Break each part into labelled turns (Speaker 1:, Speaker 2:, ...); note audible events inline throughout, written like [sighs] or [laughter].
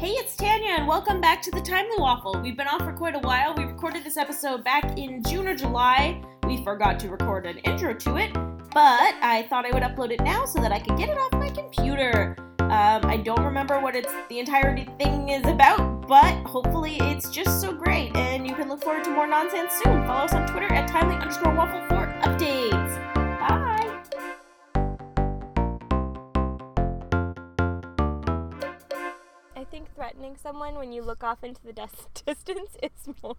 Speaker 1: Hey, it's Tanya, and welcome back to the Timely Waffle. We've been off for quite a while. We recorded this episode back in June or July. We forgot to record an intro to it, but I thought I would upload it now so that I could get it off my computer. Um, I don't remember what it's the entirety thing is about, but hopefully it's just so great, and you can look forward to more nonsense soon. Follow us on Twitter at timely underscore waffle for updates. Bye.
Speaker 2: I think threatening someone when you look off into the dis-
Speaker 3: [laughs]
Speaker 2: distance is more.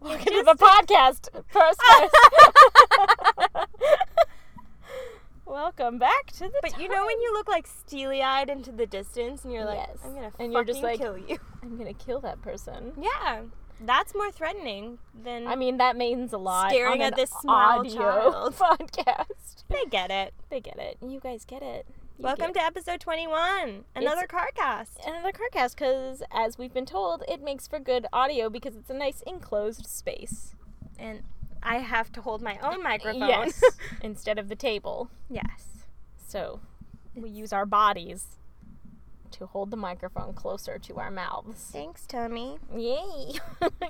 Speaker 2: Welcome to the podcast, [laughs] first. Welcome back to the.
Speaker 3: [laughs] But you know when you look like steely-eyed into the distance and you're like,
Speaker 2: Yes.
Speaker 3: I'm gonna
Speaker 2: And
Speaker 3: fucking
Speaker 2: you're just like-
Speaker 3: kill you. [laughs]
Speaker 2: I'm gonna kill that person.
Speaker 3: Yeah, that's more threatening than.
Speaker 2: I mean, that means a lot.
Speaker 3: Staring
Speaker 2: on
Speaker 3: at
Speaker 2: an
Speaker 3: this small
Speaker 2: audio
Speaker 3: child.
Speaker 2: [laughs] podcast.
Speaker 3: they get it.
Speaker 2: They get it. You guys get it. You
Speaker 3: Welcome to episode 21, another car cast.
Speaker 2: to another CarCast because, as we've been told, it makes for good audio because it's a nice enclosed space.
Speaker 3: And I have to hold my own microphone.
Speaker 2: [laughs] Yes, instead of the table.
Speaker 3: yes.
Speaker 2: So we use our bodies to hold the microphone closer to our mouths.
Speaker 3: Thanks, Tommy.
Speaker 2: Yay!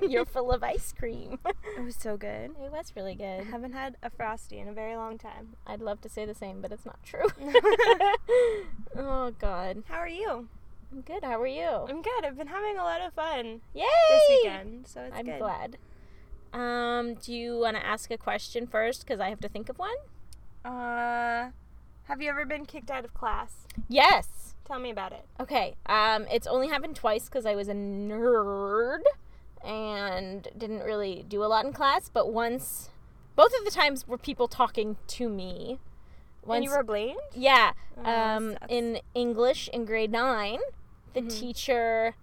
Speaker 2: [laughs] You're full of ice cream.
Speaker 3: It was so good.
Speaker 2: It was really
Speaker 3: I
Speaker 2: good.
Speaker 3: haven't had a frosty in a very long time.
Speaker 2: I'd love to say the same, but it's not
Speaker 3: [laughs]
Speaker 2: true. [laughs] oh god.
Speaker 3: How are you?
Speaker 2: I'm good. How are you?
Speaker 3: I'm good. I've been having a lot of fun
Speaker 2: Yay!
Speaker 3: this weekend, so it's
Speaker 2: I'm
Speaker 3: good.
Speaker 2: glad. Um, do you want to ask a question first? Because I have to think of one.
Speaker 3: Uh, have you ever been kicked out of class?
Speaker 2: Yes.
Speaker 3: Tell me about it.
Speaker 2: Okay. Um, it's only happened twice because I was a nerd and didn't really do a lot in class. But once, both of the times were people talking to me.
Speaker 3: When you were blamed?
Speaker 2: yeah.
Speaker 3: Oh, that
Speaker 2: Um,
Speaker 3: sucks. Mm-hmm.
Speaker 2: in English in grade nine, the teacher,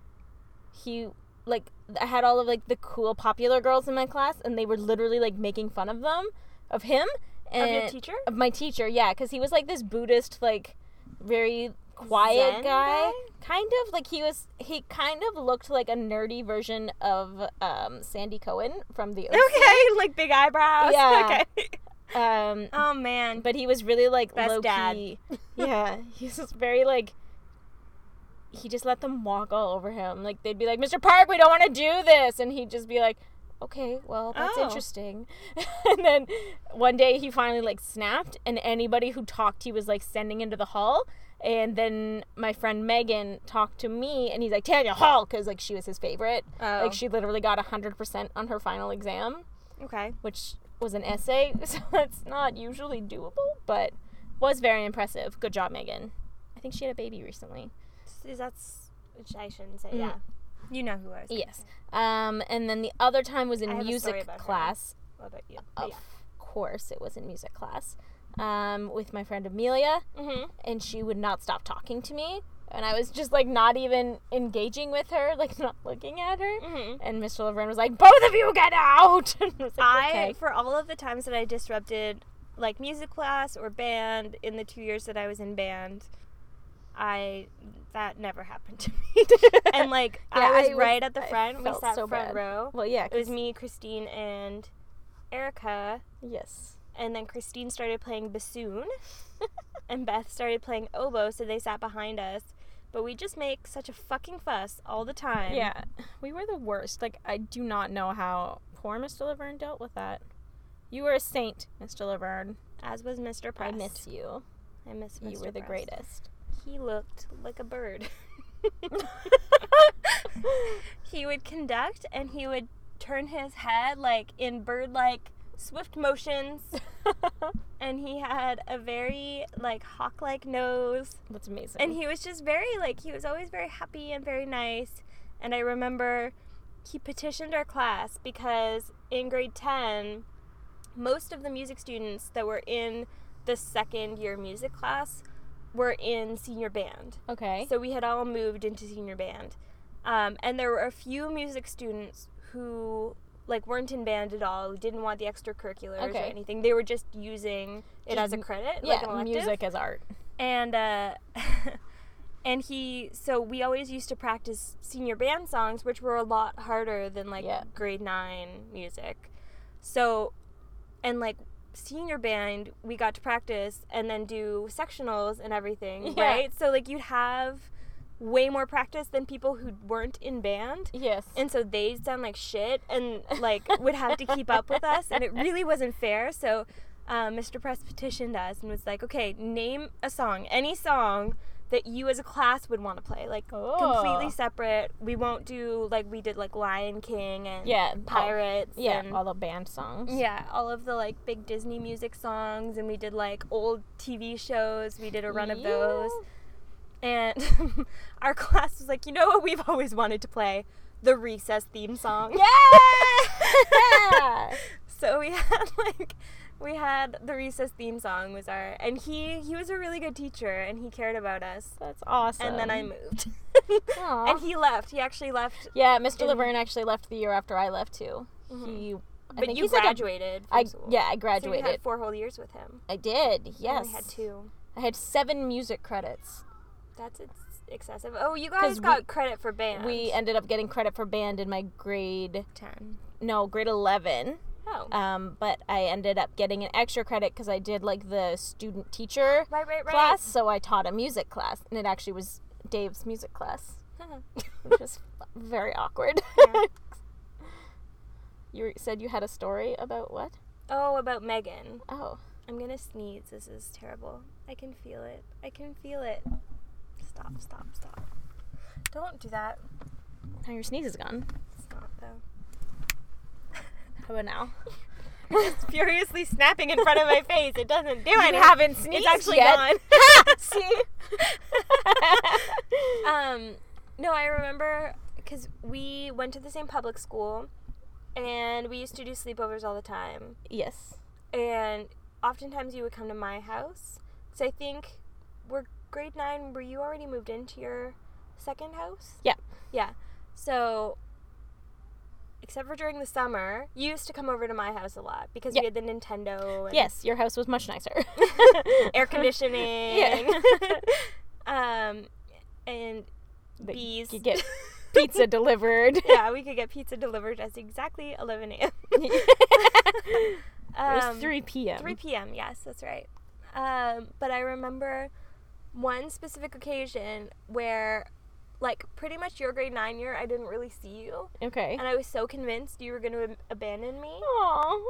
Speaker 2: he like I had all of like the cool popular girls in my class, and they were literally like making fun of them, of him,
Speaker 3: of
Speaker 2: and
Speaker 3: your teacher?
Speaker 2: of my teacher, yeah, because he was like this Buddhist, like very quiet
Speaker 3: Zen
Speaker 2: guy,
Speaker 3: guy?
Speaker 2: kind of like he was. He kind of looked like a nerdy version of um, Sandy Cohen from the Ocean.
Speaker 3: [laughs] Okay, like big eyebrows.
Speaker 2: Yeah.
Speaker 3: [laughs] Okay.
Speaker 2: um,
Speaker 3: Oh man.
Speaker 2: but he was really like
Speaker 3: Best
Speaker 2: low
Speaker 3: dad. [laughs]
Speaker 2: key. yeah, he was just very like. He just let them walk all over him. Like they'd be like, "Mr. Park, we don't want to do this," and he'd just be like, "Okay, well, that's
Speaker 3: Oh.
Speaker 2: interesting." [laughs] and then one day he finally like snapped, and anybody who talked, he was like sending into the hall. And then my friend Megan talked to me, and he's like, "Tanya Hall," because like she was his favorite.
Speaker 3: oh.
Speaker 2: Like she literally got hundred percent on her final exam
Speaker 3: okay.
Speaker 2: which was an essay, [laughs] so that's not usually doable, but was very impressive. Good job, Megan. I think she had a baby recently.
Speaker 3: See, That's which I shouldn't say.
Speaker 2: Mm.
Speaker 3: Yeah. You know who I was.
Speaker 2: Yes. Um, and then the other time was in
Speaker 3: I have a story
Speaker 2: music
Speaker 3: about her.
Speaker 2: class.
Speaker 3: What about you?
Speaker 2: Of course, it was in music class um, with my friend Amelia,
Speaker 3: Mm-hmm.
Speaker 2: and she would not stop talking to me. And I was just like not even engaging with her, [laughs] like not looking at her.
Speaker 3: Mm-hmm.
Speaker 2: And Mr. Laverne was like, "Both of you get out!" [laughs] and I was like,
Speaker 3: I
Speaker 2: "Okay."
Speaker 3: for all of the times that I disrupted like music class or band in the two years that I was in band, I that never happened to me. and like
Speaker 2: Yeah,
Speaker 3: I was
Speaker 2: I was-
Speaker 3: right at the
Speaker 2: I
Speaker 3: front. We
Speaker 2: felt
Speaker 3: sat
Speaker 2: so
Speaker 3: front
Speaker 2: bad.
Speaker 3: row.
Speaker 2: [laughs] Well, yeah,
Speaker 3: It was
Speaker 2: 'cause-
Speaker 3: me, Christine, and Erica.
Speaker 2: Yes.
Speaker 3: and then Christine started playing bassoon, [laughs] and Beth started playing oboe, so they sat behind us. But we just make such a fucking fuss all the time.
Speaker 2: Yeah, [laughs] we were the worst. Like, I do not know how poor Mr. Laverne dealt with that. You were a saint, Mr. Laverne.
Speaker 3: As was Mr. Press.
Speaker 2: I miss you.
Speaker 3: I miss Mr.
Speaker 2: You were the
Speaker 3: Prest.
Speaker 2: greatest.
Speaker 3: He looked like a bird. he would conduct, and he would turn his head like in bird-like swift motions, and he had a very like hawk-like nose.
Speaker 2: That's amazing.
Speaker 3: and he was just very like he was always very happy and very nice and i remember he petitioned our class because in grade 10 most of the music students that were in the second year music class were in senior band
Speaker 2: okay.
Speaker 3: so we had all moved into senior band um, and there were a few music students who like weren't in band at all who didn't want the extracurriculars or
Speaker 2: Okay.
Speaker 3: anything they were just using it as
Speaker 2: Just
Speaker 3: a credit like an
Speaker 2: yeah,
Speaker 3: elective
Speaker 2: music as art.
Speaker 3: and uh, [laughs] and he so we always used to practice senior band songs which were a lot harder than like
Speaker 2: Yeah.
Speaker 3: grade 9 music so and like senior band, we got to practice and then do sectionals and everything,
Speaker 2: Yeah.
Speaker 3: right? So like you'd have way more practice than people who weren't in band.
Speaker 2: Yes.
Speaker 3: And so they sound like shit and like would have to keep up with us. And it really wasn't fair. So uh, Mr. Press petitioned us and was like, okay, name a song, any song that you as a class would want to play. Like
Speaker 2: Oh.
Speaker 3: completely separate. We won't do like we did like Lion King and
Speaker 2: yeah. all-
Speaker 3: Pirates.
Speaker 2: Yeah.
Speaker 3: and-
Speaker 2: All the band songs.
Speaker 3: yeah, all of the like big Disney music songs, and we did like old TV shows. We did a run of
Speaker 2: Yeah.
Speaker 3: those, [laughs] and [laughs] our class was like, you know what we've always wanted to play, the recess theme song.
Speaker 2: Yeah.
Speaker 3: So we [laughs] had like, we had the recess theme song was our, and he he was a really good teacher, and he cared about us.
Speaker 2: [laughs] That's awesome.
Speaker 3: And then I moved,
Speaker 2: Aw.
Speaker 3: and he left. He actually left,
Speaker 2: Yeah, Mr.
Speaker 3: in- Mm-hmm.
Speaker 2: Laverne actually left the year after I left too. He, I
Speaker 3: but
Speaker 2: think
Speaker 3: you
Speaker 2: he's like a-
Speaker 3: graduated.
Speaker 2: I
Speaker 3: from school.
Speaker 2: yeah, I
Speaker 3: So we
Speaker 2: graduated.
Speaker 3: had four whole years with him.
Speaker 2: I did.
Speaker 3: I
Speaker 2: Yes.
Speaker 3: only had two.
Speaker 2: I had seven music credits.
Speaker 3: That's it's excessive. Oh, you
Speaker 2: 'Cause
Speaker 3: guys
Speaker 2: we-
Speaker 3: got credit for band.
Speaker 2: We ended up getting credit for band in my grade
Speaker 3: ten.
Speaker 2: no grade eleven.
Speaker 3: Oh,
Speaker 2: Um, but I ended up getting an extra credit because I did like the student teacher
Speaker 3: right, right, right.
Speaker 2: class, so I taught a music class, and it actually was Dave's music class, which [laughs] was very awkward.
Speaker 3: Yeah.
Speaker 2: [laughs] you said you had a story about what?
Speaker 3: [laughs] oh, about Megan.
Speaker 2: Oh.
Speaker 3: I'm gonna sneeze. This is terrible. I can feel it. I can feel it. Stop! Stop! Stop! Don't do that.
Speaker 2: Now your sneeze is gone.
Speaker 3: It's not though.
Speaker 2: How about now?
Speaker 3: It's furiously snapping in front of my face. It doesn't do anything.
Speaker 2: haven't
Speaker 3: It's
Speaker 2: sneezed
Speaker 3: actually
Speaker 2: yet.
Speaker 3: gone.
Speaker 2: [laughs] See?
Speaker 3: um, no, I remember because we went to the same public school, and we used to do sleepovers all the time.
Speaker 2: yes.
Speaker 3: and oftentimes you would come to my house because I think we're grade nine. Were you already moved into your second house?
Speaker 2: Yeah.
Speaker 3: Yeah. So, except for during the summer, you used to come over to my house a lot because
Speaker 2: Yeah.
Speaker 3: we had the Nintendo. And
Speaker 2: Yes, your house was much nicer.
Speaker 3: [laughs]
Speaker 2: [laughs]
Speaker 3: Air conditioning.
Speaker 2: Yeah.
Speaker 3: [laughs] um, and
Speaker 2: That
Speaker 3: bees.
Speaker 2: You get pizza delivered.
Speaker 3: [laughs] yeah, we could get pizza delivered at exactly 11 a.m.
Speaker 2: it was
Speaker 3: Um,
Speaker 2: 3 p.m.
Speaker 3: 3 p.m. Yes, that's right. Um, but I remember one specific occasion where, like, pretty much your grade nine year, I didn't really see you,
Speaker 2: okay.
Speaker 3: and I was so convinced you were going to abandon me
Speaker 2: Aww.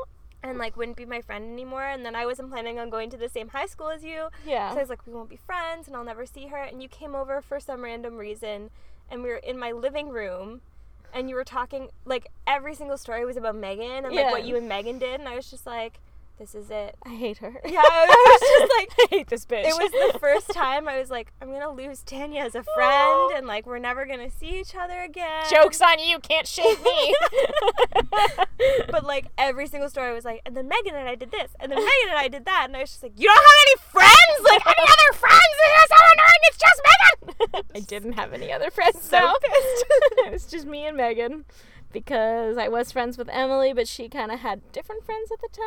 Speaker 3: and like wouldn't be my friend anymore. And then I wasn't planning on going to the same high school as you, so I
Speaker 2: Yeah.
Speaker 3: was like, we won't be friends, and I'll never see her. And you came over for some random reason, and we were in my living room. And you were talking like every single story was about Megan and like what
Speaker 2: Yeah.
Speaker 3: you and Megan did, and I was just like, "This is it.
Speaker 2: I hate her.
Speaker 3: Yeah, I was
Speaker 2: [laughs]
Speaker 3: just like,
Speaker 2: I hate this bitch.
Speaker 3: it was the first time I was like, I'm gonna lose Tanya as a friend, and like we're never gonna see each other again. [laughs]
Speaker 2: Joke's on you, can't shake me.
Speaker 3: But like every single story was like, and then Megan and I did this, and then Megan and I did that, and I was just like, you don't have any friends, like any other friends. It is so annoying. It's just Megan.
Speaker 2: [laughs] I didn't have any other friends,
Speaker 3: So
Speaker 2: though.
Speaker 3: pissed.
Speaker 2: [laughs] it was just me and Megan because I was friends with Emily, but she kind of had different friends at the time.
Speaker 3: [laughs]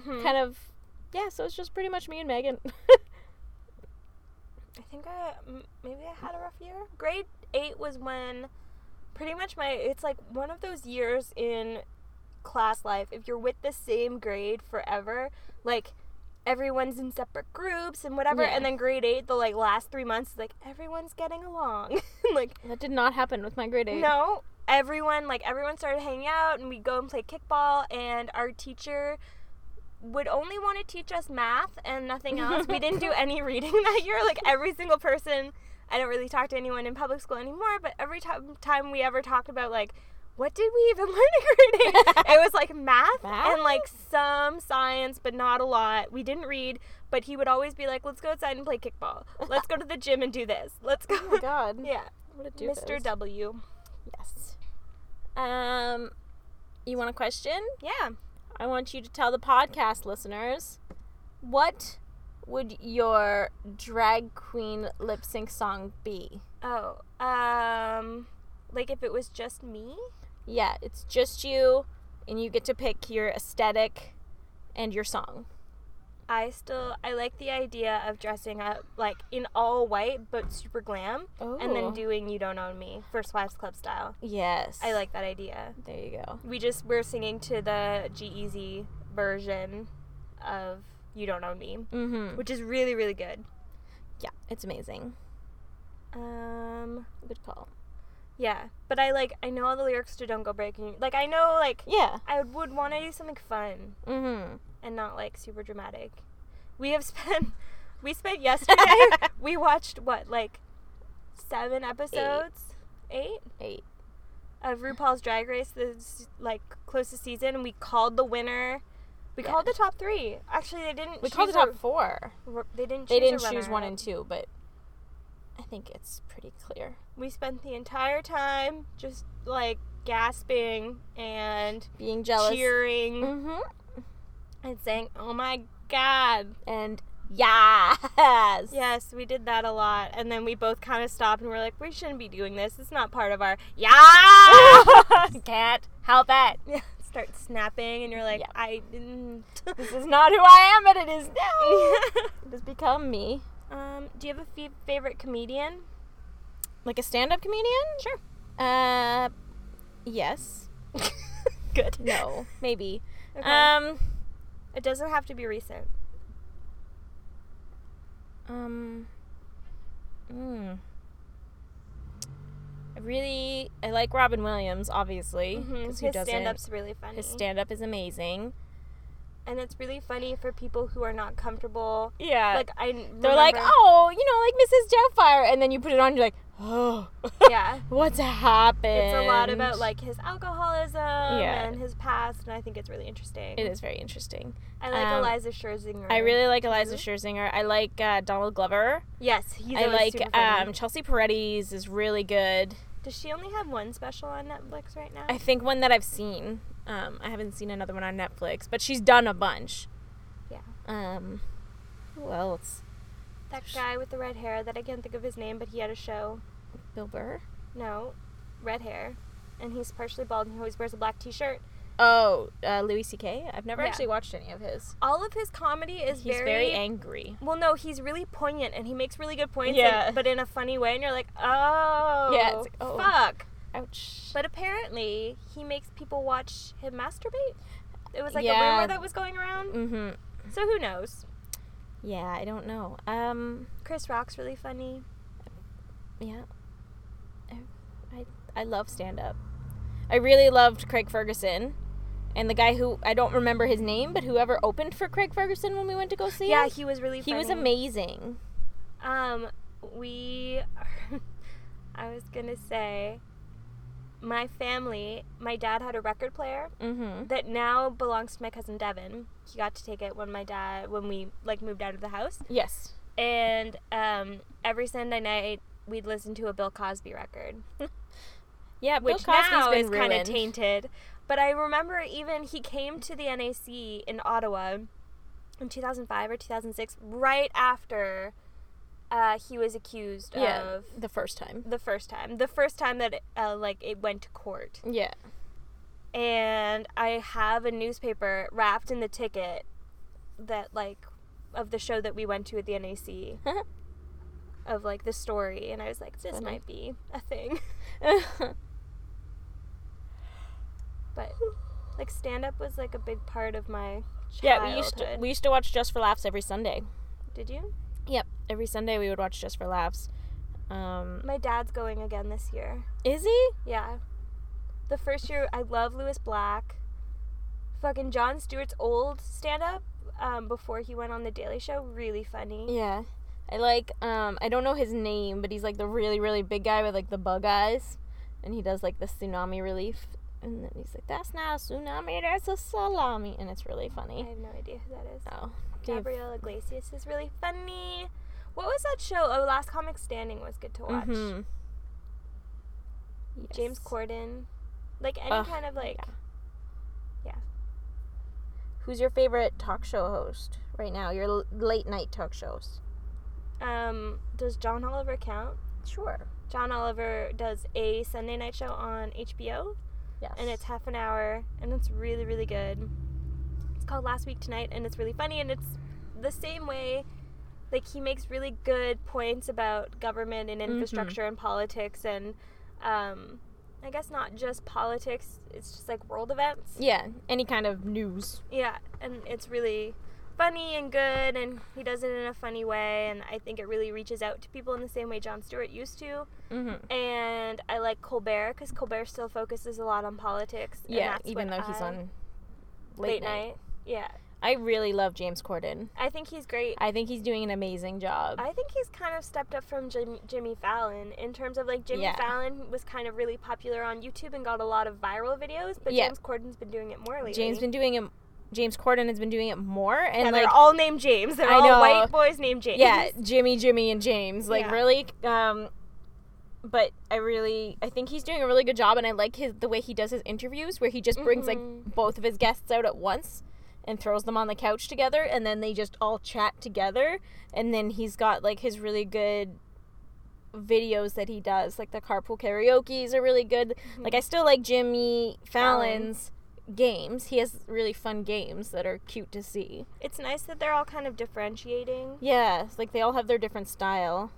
Speaker 3: Mhm.
Speaker 2: Kind of, yeah, so it's just pretty much me and
Speaker 3: [laughs]
Speaker 2: Megan.
Speaker 3: I think I m- maybe I had a rough year. Grade eight was when pretty much my it's like one of those years in class life. If you're with the same grade forever, like everyone's in separate groups and whatever,
Speaker 2: Yeah.
Speaker 3: and then grade eight, the like last three months, is like everyone's getting along. [laughs] like
Speaker 2: that did not happen with my grade 8.
Speaker 3: no, everyone like everyone started hanging out, and we go and play kickball, and our teacher. Would only want to teach us math and nothing else. We didn't do
Speaker 2: [laughs]
Speaker 3: any reading that year. Like every single person, I don't really talk to anyone in public school anymore. But every time time we ever talked about like, what did we even [laughs] learn in grade eight? it was like math,
Speaker 2: Math?
Speaker 3: and like some science, but not a lot. We didn't read, but he would always be like, let's go outside and play kickball. Let's go to the gym and do this. Let's go.
Speaker 2: [laughs] Oh my god.
Speaker 3: [laughs] yeah,
Speaker 2: What a doofus.
Speaker 3: Mr. W.
Speaker 2: Yes. Um, you want a question?
Speaker 3: Yeah.
Speaker 2: I want you to tell the podcast listeners what would your drag queen lip sync song be?
Speaker 3: Oh, um, like if it was just me?
Speaker 2: Yeah, it's just you, and you get to pick your aesthetic and your song.
Speaker 3: I still I like the idea of dressing up like in all white but super glam,
Speaker 2: Oh,
Speaker 3: and then doing "You Don't Own Me" First Wives Club style.
Speaker 2: yes.
Speaker 3: I like that idea.
Speaker 2: There you go.
Speaker 3: We just we're singing to the G E version of You Don't Own Me,
Speaker 2: Mm-hmm.
Speaker 3: which is really, really good.
Speaker 2: Yeah, it's amazing.
Speaker 3: Um,
Speaker 2: Good call.
Speaker 3: yeah, but I like I know all the lyrics to Don't Go Breaking. You- Like I know like
Speaker 2: Yeah.
Speaker 3: I would want to do something fun
Speaker 2: Mm-hmm.
Speaker 3: and not like super dramatic. We have [laughs] spent we spent
Speaker 2: [laughs]
Speaker 3: yesterday we watched what like seven episodes, eight,
Speaker 2: Eight.
Speaker 3: of RuPaul's Drag Race this like closest season and we called the winner. We
Speaker 2: Yeah.
Speaker 3: called the top 3. Actually, they didn't
Speaker 2: We
Speaker 3: choose
Speaker 2: called the
Speaker 3: a-
Speaker 2: top four.
Speaker 3: r- they didn't choose
Speaker 2: They didn't
Speaker 3: a
Speaker 2: choose one
Speaker 3: runner-up.
Speaker 2: and two, but I think it's pretty clear.
Speaker 3: We spent the entire time just like gasping and
Speaker 2: Being jealous.
Speaker 3: cheering
Speaker 2: Mm-hmm.
Speaker 3: and saying, "Oh my god."
Speaker 2: And yes.
Speaker 3: Yes, we did that a lot. And then we both kind of stopped and we're like, "We shouldn't be doing this. It's not part of our [laughs]
Speaker 2: [laughs]
Speaker 3: Yeah.
Speaker 2: Can't help it.
Speaker 3: yeah, [laughs] start snapping and you're like,
Speaker 2: Yeah.
Speaker 3: "I didn't."
Speaker 2: [laughs] This is not who I am, but it is
Speaker 3: [laughs]
Speaker 2: now. it has become me.
Speaker 3: um, do you have a f- favorite comedian?
Speaker 2: [laughs] Like a stand-up comedian? Sure. Uh, yes.
Speaker 3: [laughs] Good.
Speaker 2: No. Maybe.
Speaker 3: Okay.
Speaker 2: Um.
Speaker 3: it doesn't have to be recent.
Speaker 2: Um. Mm. I really, I like Robin Williams, obviously,
Speaker 3: Mhm,
Speaker 2: because
Speaker 3: His stand-up's really funny.
Speaker 2: Mm-hmm, His stand-up is amazing.
Speaker 3: and it's really funny for people who are not comfortable.
Speaker 2: Yeah,
Speaker 3: Like I
Speaker 2: Uh, they're like, oh, you know, like Mrs. Doubtfire, and then you put it on, you're like, oh, [laughs]
Speaker 3: yeah.
Speaker 2: what's happened?
Speaker 3: It's a lot about like his alcoholism
Speaker 2: "Oh, Yeah.
Speaker 3: and his past, and I think it's really interesting.
Speaker 2: It is very interesting.
Speaker 3: I like
Speaker 2: um,
Speaker 3: Eliza Scherzinger.
Speaker 2: I really like Eliza
Speaker 3: Mhm.
Speaker 2: Scherzinger. I like uh, Donald Glover.
Speaker 3: yes. He's
Speaker 2: I
Speaker 3: always
Speaker 2: like
Speaker 3: super funny.
Speaker 2: um, Chelsea Peretti's is really good.
Speaker 3: Does she only have one special on Netflix right now?
Speaker 2: I think one that I've seen. Um, I haven't seen another one on Netflix, but she's done a bunch.
Speaker 3: Yeah.
Speaker 2: Um, who else?
Speaker 3: that guy with the red hair that I can't think of his name, but he had a show.
Speaker 2: Bill Burr.
Speaker 3: No, red hair, and he's partially bald, and he always wears a black T-shirt.
Speaker 2: Oh, uh, Louis C.K. I've never
Speaker 3: Yeah.
Speaker 2: actually watched any of his.
Speaker 3: All of his comedy is
Speaker 2: He's very, angry.
Speaker 3: Well, no, he's really poignant and he makes really good points,
Speaker 2: Yeah.
Speaker 3: and, but in a funny way. And you're like, oh,
Speaker 2: Yeah, it's like, oh.
Speaker 3: fuck.
Speaker 2: Ouch.
Speaker 3: But apparently, he makes people watch him masturbate. It was like a
Speaker 2: Yeah.
Speaker 3: rumor that was going around.
Speaker 2: mm-hmm.
Speaker 3: So who knows?
Speaker 2: Yeah, I don't know. Um,
Speaker 3: Chris Rock's really funny.
Speaker 2: yeah. I, I, I love stand up. I really loved Craig Ferguson. And the guy who I don't remember his name, but whoever opened for Craig Ferguson when we went to go see
Speaker 3: Yeah,
Speaker 2: him,
Speaker 3: he was really
Speaker 2: he
Speaker 3: funny.
Speaker 2: was amazing.
Speaker 3: Um, we, [laughs] I was gonna say, my family, my dad had a record player
Speaker 2: Mm-hmm.
Speaker 3: that now belongs to my cousin Devin. He got to take it when my dad, when we like moved out of the house.
Speaker 2: Yes.
Speaker 3: and um, every Sunday night we'd listen to a Bill Cosby record,
Speaker 2: Yeah, Bill
Speaker 3: which
Speaker 2: Cosby's
Speaker 3: now
Speaker 2: been
Speaker 3: is kind of
Speaker 2: ruined.
Speaker 3: tainted. But I remember even he came to the NAC in Ottawa in 2005 or 2006, right after uh, he was accused
Speaker 2: Yeah,
Speaker 3: of
Speaker 2: the first time.
Speaker 3: the first time, the first time that uh, like it went to court.
Speaker 2: Yeah.
Speaker 3: And I have a newspaper wrapped in the ticket that like of the show that we went to at the
Speaker 2: [laughs]
Speaker 3: NAC. of like the story and I was like, this
Speaker 2: Funny.
Speaker 3: might be a thing. [laughs] But like stand up was like a big part of my childhood.
Speaker 2: [laughs] yeah, we used to we used to watch Just for Laughs every Sunday.
Speaker 3: Did you?
Speaker 2: Yep, every Sunday we would watch Just for Laughs. Um,
Speaker 3: My dad's going again this year.
Speaker 2: is he?
Speaker 3: Yeah. The first year I love Lewis Black. Fucking John Stewart's old stand up um, before he went on the Daily Show, really funny.
Speaker 2: Yeah. I like um I don't know his name, but he's like the really really big guy with like the bug eyes and he does like the tsunami relief and then he's like that's not a tsunami, that's a salami and it's really
Speaker 3: I
Speaker 2: funny.
Speaker 3: have no idea who that is.
Speaker 2: Oh. do you-
Speaker 3: Gabrielle Iglesias is really funny. What was that show? Oh, Last Comic Standing was good to watch.
Speaker 2: Mhm.
Speaker 3: Mm-hmm. James
Speaker 2: Yes.
Speaker 3: Corden. Like any
Speaker 2: Ugh,
Speaker 3: kind of like
Speaker 2: Who's your favorite talk show host right now? Your l- late night talk shows.
Speaker 3: Um, does John Oliver count?
Speaker 2: Sure.
Speaker 3: John Oliver does a Sunday night show on HBO,
Speaker 2: Yes.
Speaker 3: and it's half an hour, and it's really, really good. It's called Last Week Tonight, and it's really funny, and it's the same way. Like he makes really good points about government and infrastructure and politics, and um, I guess not just politics. It's just like world events.
Speaker 2: yeah, any kind of news.
Speaker 3: Yeah, and it's really funny and good, and he does it in a funny way. And I think it really reaches out to people in the same way Jon Stewart used to.
Speaker 2: Mm-hmm.
Speaker 3: And I like Colbert because Colbert still focuses a lot on politics. and
Speaker 2: Yeah,
Speaker 3: that's
Speaker 2: even
Speaker 3: what
Speaker 2: though he's
Speaker 3: I-
Speaker 2: on
Speaker 3: late, night. Yeah,
Speaker 2: I really love James Corden.
Speaker 3: I think he's great.
Speaker 2: I think he's doing an amazing job.
Speaker 3: I think he's kind of stepped up from Jim, Jimmy Fallon in terms of like Jimmy
Speaker 2: Yeah.
Speaker 3: Fallon was kind of really popular on YouTube and got a lot of viral videos, but
Speaker 2: Yeah.
Speaker 3: James Corden's been doing it more lately.
Speaker 2: James been doing it. James Corden has been doing it more, and
Speaker 3: and
Speaker 2: like
Speaker 3: they're all named James. They're
Speaker 2: I
Speaker 3: all
Speaker 2: know.
Speaker 3: white boys named James. [laughs]
Speaker 2: yeah, Jimmy, Jimmy, and James, like
Speaker 3: Yeah.
Speaker 2: really. Um, but I really, I think he's doing a really good job, and I like his the way he does his interviews, where he just brings
Speaker 3: Mhm.
Speaker 2: like both of his guests out at once and throws them on the couch together, and then they just all chat together, and then he's got like his really good videos that he does, like the carpool karaoke's are really good. Like I still like Jimmy Fallon's games. He has really fun games that are cute to see.
Speaker 3: It's nice that they're all kind of differentiating.
Speaker 2: Yeah, it's like they all have their different style.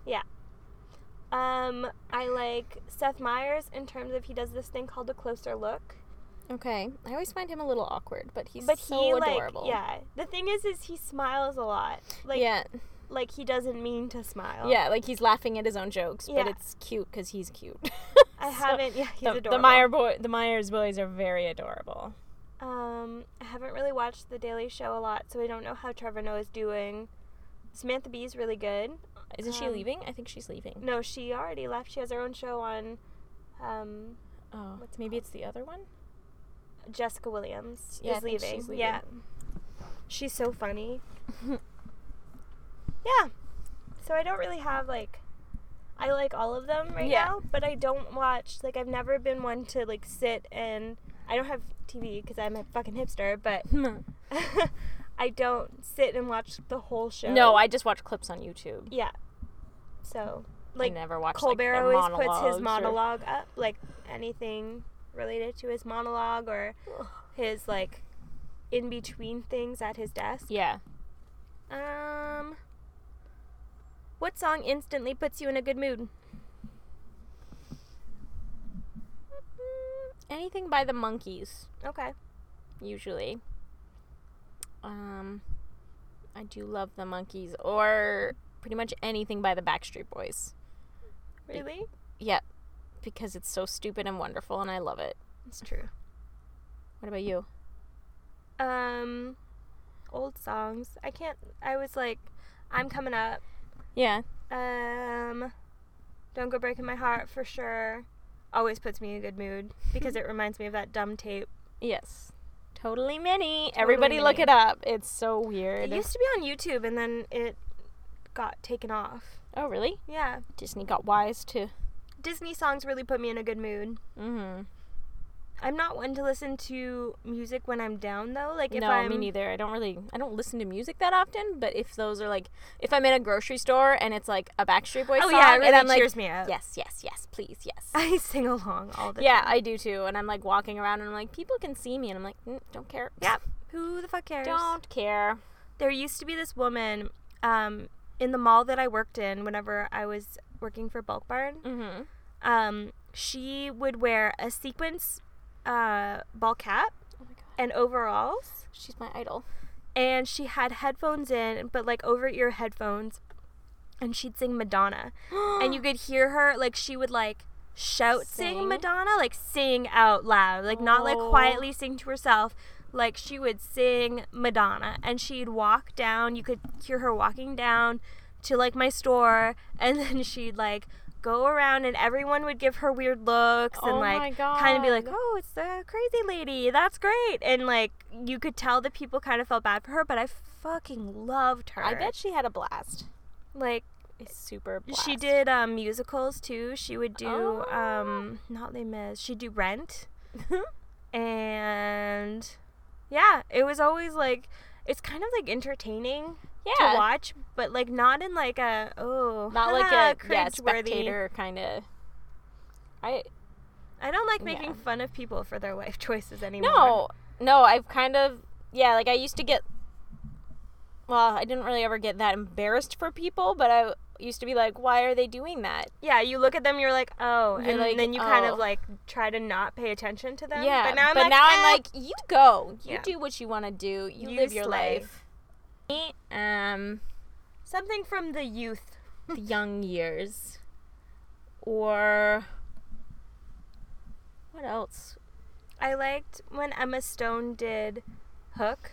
Speaker 3: Um, I like Seth Meyers in terms of he does this thing called a closer look.
Speaker 2: Okay, I always find him a little awkward, but he's
Speaker 3: But
Speaker 2: so
Speaker 3: he
Speaker 2: adorable.
Speaker 3: like yeah. The thing is is he smiles a lot. Like
Speaker 2: yeah,
Speaker 3: like he doesn't mean to smile.
Speaker 2: yeah, like he's laughing at his own jokes,
Speaker 3: Yeah.
Speaker 2: but it's cute because he's cute. [laughs]
Speaker 3: I
Speaker 2: So,
Speaker 3: haven't yeah, he's
Speaker 2: the,
Speaker 3: adorable.
Speaker 2: the Meyer boy, the Myers boys are very adorable.
Speaker 3: Um, I haven't really watched The Daily Show a lot, so I don't know how Trevor Noah is doing. Samantha Bee is really good.
Speaker 2: Isn't she
Speaker 3: Um,
Speaker 2: leaving? I think she's leaving.
Speaker 3: No, she already left. She has her own show on um,
Speaker 2: Oh,
Speaker 3: what's it
Speaker 2: maybe it's the other one. [laughs]
Speaker 3: Jessica Williams.
Speaker 2: Yeah, I
Speaker 3: is
Speaker 2: think
Speaker 3: leaving.
Speaker 2: she's leaving.
Speaker 3: Yeah, she's so
Speaker 2: [laughs]
Speaker 3: funny. yeah, so I don't really have like, I like all of them right
Speaker 2: Yeah.
Speaker 3: now, but I don't watch. Like, I've never been one to like sit and I don't have TV because I'm a fucking hipster, but [laughs] I don't sit and watch the whole show.
Speaker 2: no, I just watch clips on YouTube.
Speaker 3: Yeah. So,
Speaker 2: Like,
Speaker 3: like,
Speaker 2: I never watch like,
Speaker 3: Colbert
Speaker 2: their
Speaker 3: always puts
Speaker 2: monologues
Speaker 3: his
Speaker 2: or-
Speaker 3: monologue up, like anything related to his monologue or his like in between things at his desk.
Speaker 2: Yeah.
Speaker 3: Um, what song instantly puts you in a good mood?
Speaker 2: Anything by the monkeys,
Speaker 3: Mm, Okay.
Speaker 2: usually. Um, I do love the monkeys, or pretty much anything by the Backstreet Boys.
Speaker 3: Really?
Speaker 2: Yep, because it's so stupid and wonderful, and I love it.
Speaker 3: It's true.
Speaker 2: What about you?
Speaker 3: Um, old songs. I can't. I was like, I'm coming up.
Speaker 2: Yeah,
Speaker 3: Um, Don't Go Breaking My Heart for sure. Always puts me in a good mood because it reminds me of that dumb tape.
Speaker 2: yes, totally mini. Everybody, look
Speaker 3: Mini.
Speaker 2: it up. It's so weird.
Speaker 3: It used to be on YouTube and then it got taken off.
Speaker 2: oh, really?
Speaker 3: Yeah.
Speaker 2: Disney got wise to.
Speaker 3: Disney songs really put me in a good mood.
Speaker 2: Mm-hmm.
Speaker 3: I'm not one to listen to music when I'm down though. Like if
Speaker 2: no,
Speaker 3: I'm
Speaker 2: me neither. I don't really, I don't listen to music that often. But if those are like, if I'm in a grocery store and it's like a Backstreet Boys
Speaker 3: Oh
Speaker 2: song,
Speaker 3: yeah, it really
Speaker 2: and I'm like,
Speaker 3: cheers me up.
Speaker 2: yes, yes, yes, please, yes.
Speaker 3: [laughs] I sing along all the
Speaker 2: yeah,
Speaker 3: time.
Speaker 2: I do too. And I'm like walking around and I'm like, people can see me, and I'm like, mm, don't care.
Speaker 3: Yep. Who the fuck cares?
Speaker 2: don't care.
Speaker 3: there used to be this woman um, in the mall that I worked in whenever I was working for Bulk Barn.
Speaker 2: Mm-hmm.
Speaker 3: um, she would wear a sequence uh, ball cap
Speaker 2: Oh my god,
Speaker 3: and overalls,
Speaker 2: she's my idol.
Speaker 3: and she had headphones in, but like over ear headphones, and she'd sing
Speaker 2: [gasps]
Speaker 3: Madonna, and you could hear her like she would like shout sing,
Speaker 2: Sing?
Speaker 3: Madonna, like sing out loud, like not like
Speaker 2: Oh.
Speaker 3: quietly sing to herself. Like she would sing Madonna, and she'd walk down. You could hear her walking down to like my store, and [laughs] then she'd like go around, and everyone would give her weird looks, and
Speaker 2: Oh
Speaker 3: like
Speaker 2: my
Speaker 3: kind of be like,
Speaker 2: God.
Speaker 3: "Oh, it's the crazy lady. That's great." And like you could tell the people kind of felt bad for her, but I fucking loved her.
Speaker 2: I bet she had a blast.
Speaker 3: Like
Speaker 2: A super blast.
Speaker 3: she did um, musicals too. She would do
Speaker 2: Oh.
Speaker 3: um, not Les Mis. She'd do
Speaker 2: [laughs]
Speaker 3: Rent, and yeah, it was always like it's kind of like entertaining
Speaker 2: yeah.
Speaker 3: to watch, but like not in like a oh
Speaker 2: Not like a yeah,
Speaker 3: cringe-worthy-
Speaker 2: spectator kind of. I
Speaker 3: I don't like
Speaker 2: Yeah.
Speaker 3: making fun of people for their life [laughs] choices anymore.
Speaker 2: no, no. I've kind of yeah. Like I used to get. Well, I didn't really ever get that embarrassed for people, but I used to be like, why are they doing that?
Speaker 3: Yeah, you look at them, you're like, oh,
Speaker 2: You're
Speaker 3: and
Speaker 2: like,
Speaker 3: then you kind
Speaker 2: oh.
Speaker 3: of like try to not pay attention to them.
Speaker 2: yeah,
Speaker 3: but now I'm, like, "Eh,
Speaker 2: you go, you
Speaker 3: Yeah.
Speaker 2: do what you want to do, you,
Speaker 3: You
Speaker 2: live your
Speaker 3: slay.
Speaker 2: life. Um,
Speaker 3: Something from the youth.
Speaker 2: [laughs] the young years, or what else?
Speaker 3: I liked when Emma Stone did Hook.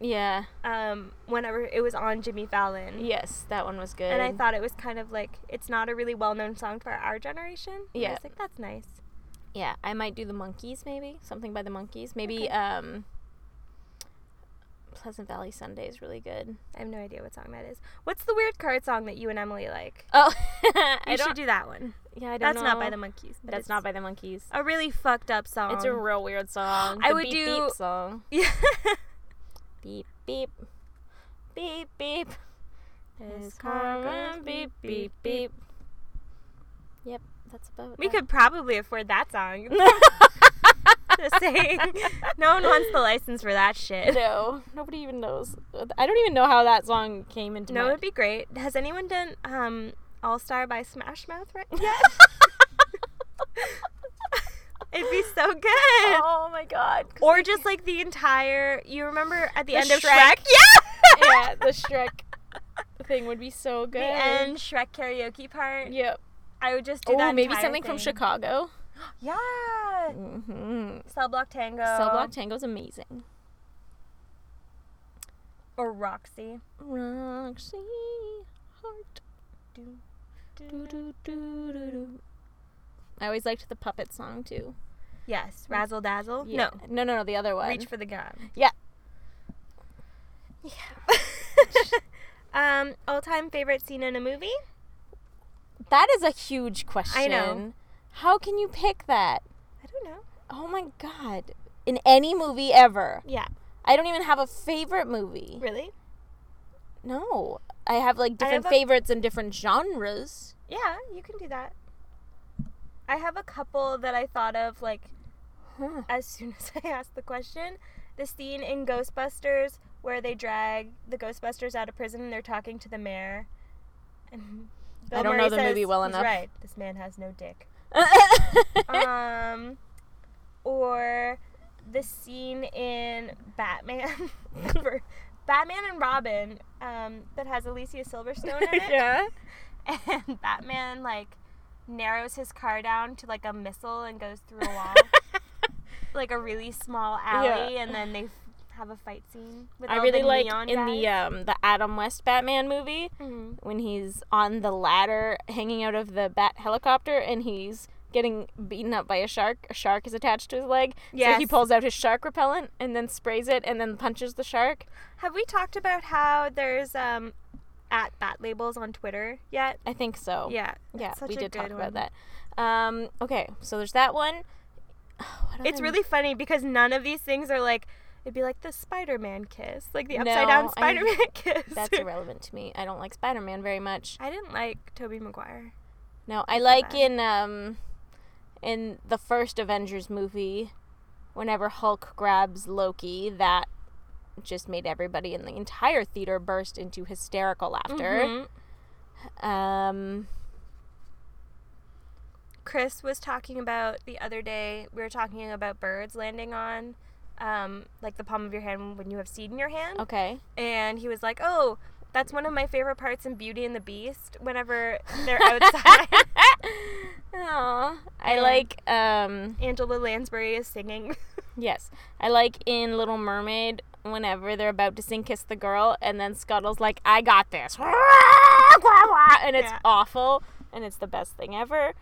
Speaker 2: Yeah.
Speaker 3: Um, whenever it was on Jimmy Fallon.
Speaker 2: Yes, that one was good.
Speaker 3: And I thought it was kind of like it's not a really well known song for our generation. And I
Speaker 2: Yeah.
Speaker 3: was like, that's nice.
Speaker 2: Yeah, I might do the monkeys maybe. Something by the monkeys. Maybe
Speaker 3: Okay.
Speaker 2: um Pleasant Valley Sunday is really good.
Speaker 3: I have no idea what song that is. What's the weird card song that you and Emily like?
Speaker 2: Oh [laughs]
Speaker 3: You
Speaker 2: I
Speaker 3: should
Speaker 2: don't
Speaker 3: do that one.
Speaker 2: Yeah, I don't
Speaker 3: That's not by the
Speaker 2: know.
Speaker 3: monkeys. but
Speaker 2: That's
Speaker 3: it's
Speaker 2: not by the monkeys.
Speaker 3: a really fucked up song.
Speaker 2: It's a real weird song.
Speaker 3: I
Speaker 2: The
Speaker 3: would
Speaker 2: beep,
Speaker 3: do-
Speaker 2: beep song.
Speaker 3: yeah.
Speaker 2: Beep beep. Beep beep.
Speaker 3: This
Speaker 2: This
Speaker 3: car
Speaker 2: car
Speaker 3: goes
Speaker 2: runs beep
Speaker 3: beep,
Speaker 2: beep beep. Yep, that's
Speaker 3: [laughs]
Speaker 2: about
Speaker 3: We
Speaker 2: [laughs] that.
Speaker 3: could probably afford that
Speaker 2: [laughs]
Speaker 3: song. [laughs] Just saying. No one
Speaker 2: [laughs]
Speaker 3: wants the license for that shit.
Speaker 2: No, nobody even knows. I don't even know how that song came into
Speaker 3: No,
Speaker 2: my [laughs]
Speaker 3: it'd be great. Has anyone done um All Star by Smash Mouth right yet? [laughs] it'd be so good.
Speaker 2: Oh my god. 'cause
Speaker 3: Or just like the entire you remember at the,
Speaker 2: The
Speaker 3: end of Shrek?
Speaker 2: Shrek.
Speaker 3: [laughs] Yeah.
Speaker 2: [laughs] yeah, the Shrek thing would be so good.
Speaker 3: The end Shrek karaoke part.
Speaker 2: Yep.
Speaker 3: I would just do
Speaker 2: Oh,
Speaker 3: that.
Speaker 2: maybe
Speaker 3: entire
Speaker 2: something from
Speaker 3: thing.
Speaker 2: Chicago.
Speaker 3: Yeah.
Speaker 2: Mm-hmm.
Speaker 3: Cell Block Tango.
Speaker 2: Cell Block Tango's amazing.
Speaker 3: Or Roxy.
Speaker 2: Roxy Heart.
Speaker 3: Do,
Speaker 2: Do, do, do, do, do. I always liked the puppet song too.
Speaker 3: Yes. Razzle Dazzle.
Speaker 2: Yeah. No, no, no, the other
Speaker 3: No.
Speaker 2: one.
Speaker 3: Reach for the gun.
Speaker 2: Yeah. [laughs]
Speaker 3: um, all time favorite scene in a movie?
Speaker 2: that is a huge question. How can you pick that?
Speaker 3: I don't know.
Speaker 2: Oh my god. In any movie ever.
Speaker 3: Yeah.
Speaker 2: I don't even have a favorite movie.
Speaker 3: Really?
Speaker 2: No. I have like
Speaker 3: I have
Speaker 2: different
Speaker 3: a-
Speaker 2: favorites and different genres. [laughs]
Speaker 3: Yeah, you can do that. I have a couple that I thought of like
Speaker 2: Huh.
Speaker 3: as soon [laughs] as I asked the question. The scene in Ghostbusters where they drag the Ghostbusters out of prison and they're talking to the mayor. And
Speaker 2: I don't know the movie well
Speaker 3: "He's
Speaker 2: enough."
Speaker 3: Right, this man has no dick.
Speaker 2: Oh,
Speaker 3: um, or the scene in Batman, [laughs] for Batman and Robin, um, that has Alicia Silverstone [laughs] in it,
Speaker 2: [laughs] [laughs] yeah.
Speaker 3: and Batman like narrows his car down to like a missile and goes through [laughs] a wall, like a really small alley, and then they f- have a fight scene. With
Speaker 2: I
Speaker 3: all
Speaker 2: really
Speaker 3: the
Speaker 2: like
Speaker 3: neon
Speaker 2: in Oh, the um the Adam West Batman movie
Speaker 3: hmm
Speaker 2: when he's on the ladder hanging out of the bat helicopter and he's getting beaten up by a shark. A shark is attached to his leg. So he
Speaker 3: Yes.
Speaker 2: pulls out his shark repellent and then sprays it and then punches the shark.
Speaker 3: Have we talked about how there's um at bat labels on Twitter yet?
Speaker 2: I think so.
Speaker 3: Oh. Yeah,
Speaker 2: Yeah,
Speaker 3: Such
Speaker 2: we
Speaker 3: a
Speaker 2: did talk
Speaker 3: good
Speaker 2: about
Speaker 3: one.
Speaker 2: that. Um okay, so there's that one. [sighs] What
Speaker 3: It's
Speaker 2: other-
Speaker 3: really funny because none of these things are like it'd be like the Spider-Man kiss, like the
Speaker 2: No,
Speaker 3: upside down
Speaker 2: I-
Speaker 3: Spider-Man [laughs] kiss.
Speaker 2: [laughs] that's irrelevant to me. I don't like Spider-Man very much.
Speaker 3: I didn't like Toby Maguire.
Speaker 2: No, I like
Speaker 3: bad.
Speaker 2: in um in the first Avengers movie whenever Hulk grabs Loki that just made everybody in the entire theater burst into hysterical laughter.
Speaker 3: Mhm.
Speaker 2: Um
Speaker 3: Chris was talking about the other day. We were talking about birds landing on, um, like the palm of your hand when you have seed in your hand.
Speaker 2: okay.
Speaker 3: and he was like, "Oh, that's one of my favorite parts in Beauty and the Beast. Whenever they're outside,
Speaker 2: [laughs]
Speaker 3: [laughs]
Speaker 2: Aw, I
Speaker 3: Yeah.
Speaker 2: like um
Speaker 3: Angela Lansbury is singing. [laughs]
Speaker 2: yes. I like in Little Mermaid whenever they're about to sing Kiss the Girl and then Scuttle's like, I got this [laughs] and it's
Speaker 3: Yeah.
Speaker 2: awful and it's the best thing ever.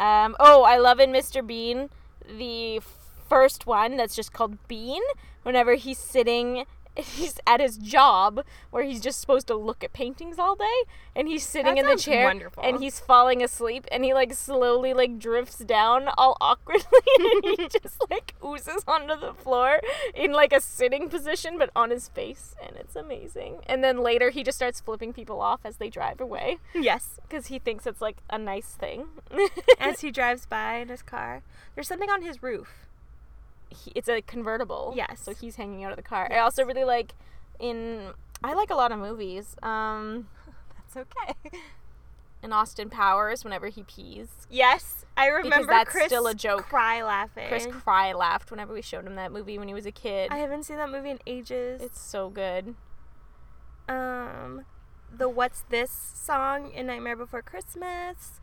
Speaker 2: Um, oh, I love in Mr. Bean the first one that's just called Bean. Whenever he's sitting, he's at his job where he's just supposed to look at paintings all day, and he's sitting
Speaker 3: That
Speaker 2: in the
Speaker 3: sounds
Speaker 2: chair
Speaker 3: wonderful.
Speaker 2: and he's falling asleep, and he like slowly like drifts down all [laughs] awkwardly,
Speaker 3: [laughs]
Speaker 2: and he just like oozes onto the floor in like a sitting position but on his face, and it's amazing. And then later he just starts flipping people off as they drive away
Speaker 3: yes,
Speaker 2: because he thinks it's like a nice thing.
Speaker 3: as he drives by in his car, there's something on his roof.
Speaker 2: he, it's a convertible.
Speaker 3: Yes.
Speaker 2: Oh, So he's hanging out of the car. I also really like in I like a lot of movies. Um
Speaker 3: That's okay.
Speaker 2: in Austin Powers whenever he pees.
Speaker 3: Yes, I remember
Speaker 2: that's
Speaker 3: Chris
Speaker 2: still a joke.
Speaker 3: cry laughing.
Speaker 2: Chris Cry laughed whenever we showed him that movie when he was a
Speaker 3: [laughs]
Speaker 2: kid.
Speaker 3: I haven't seen that movie in ages.
Speaker 2: it's so good.
Speaker 3: um, the What's This song in Nightmare Before Christmas,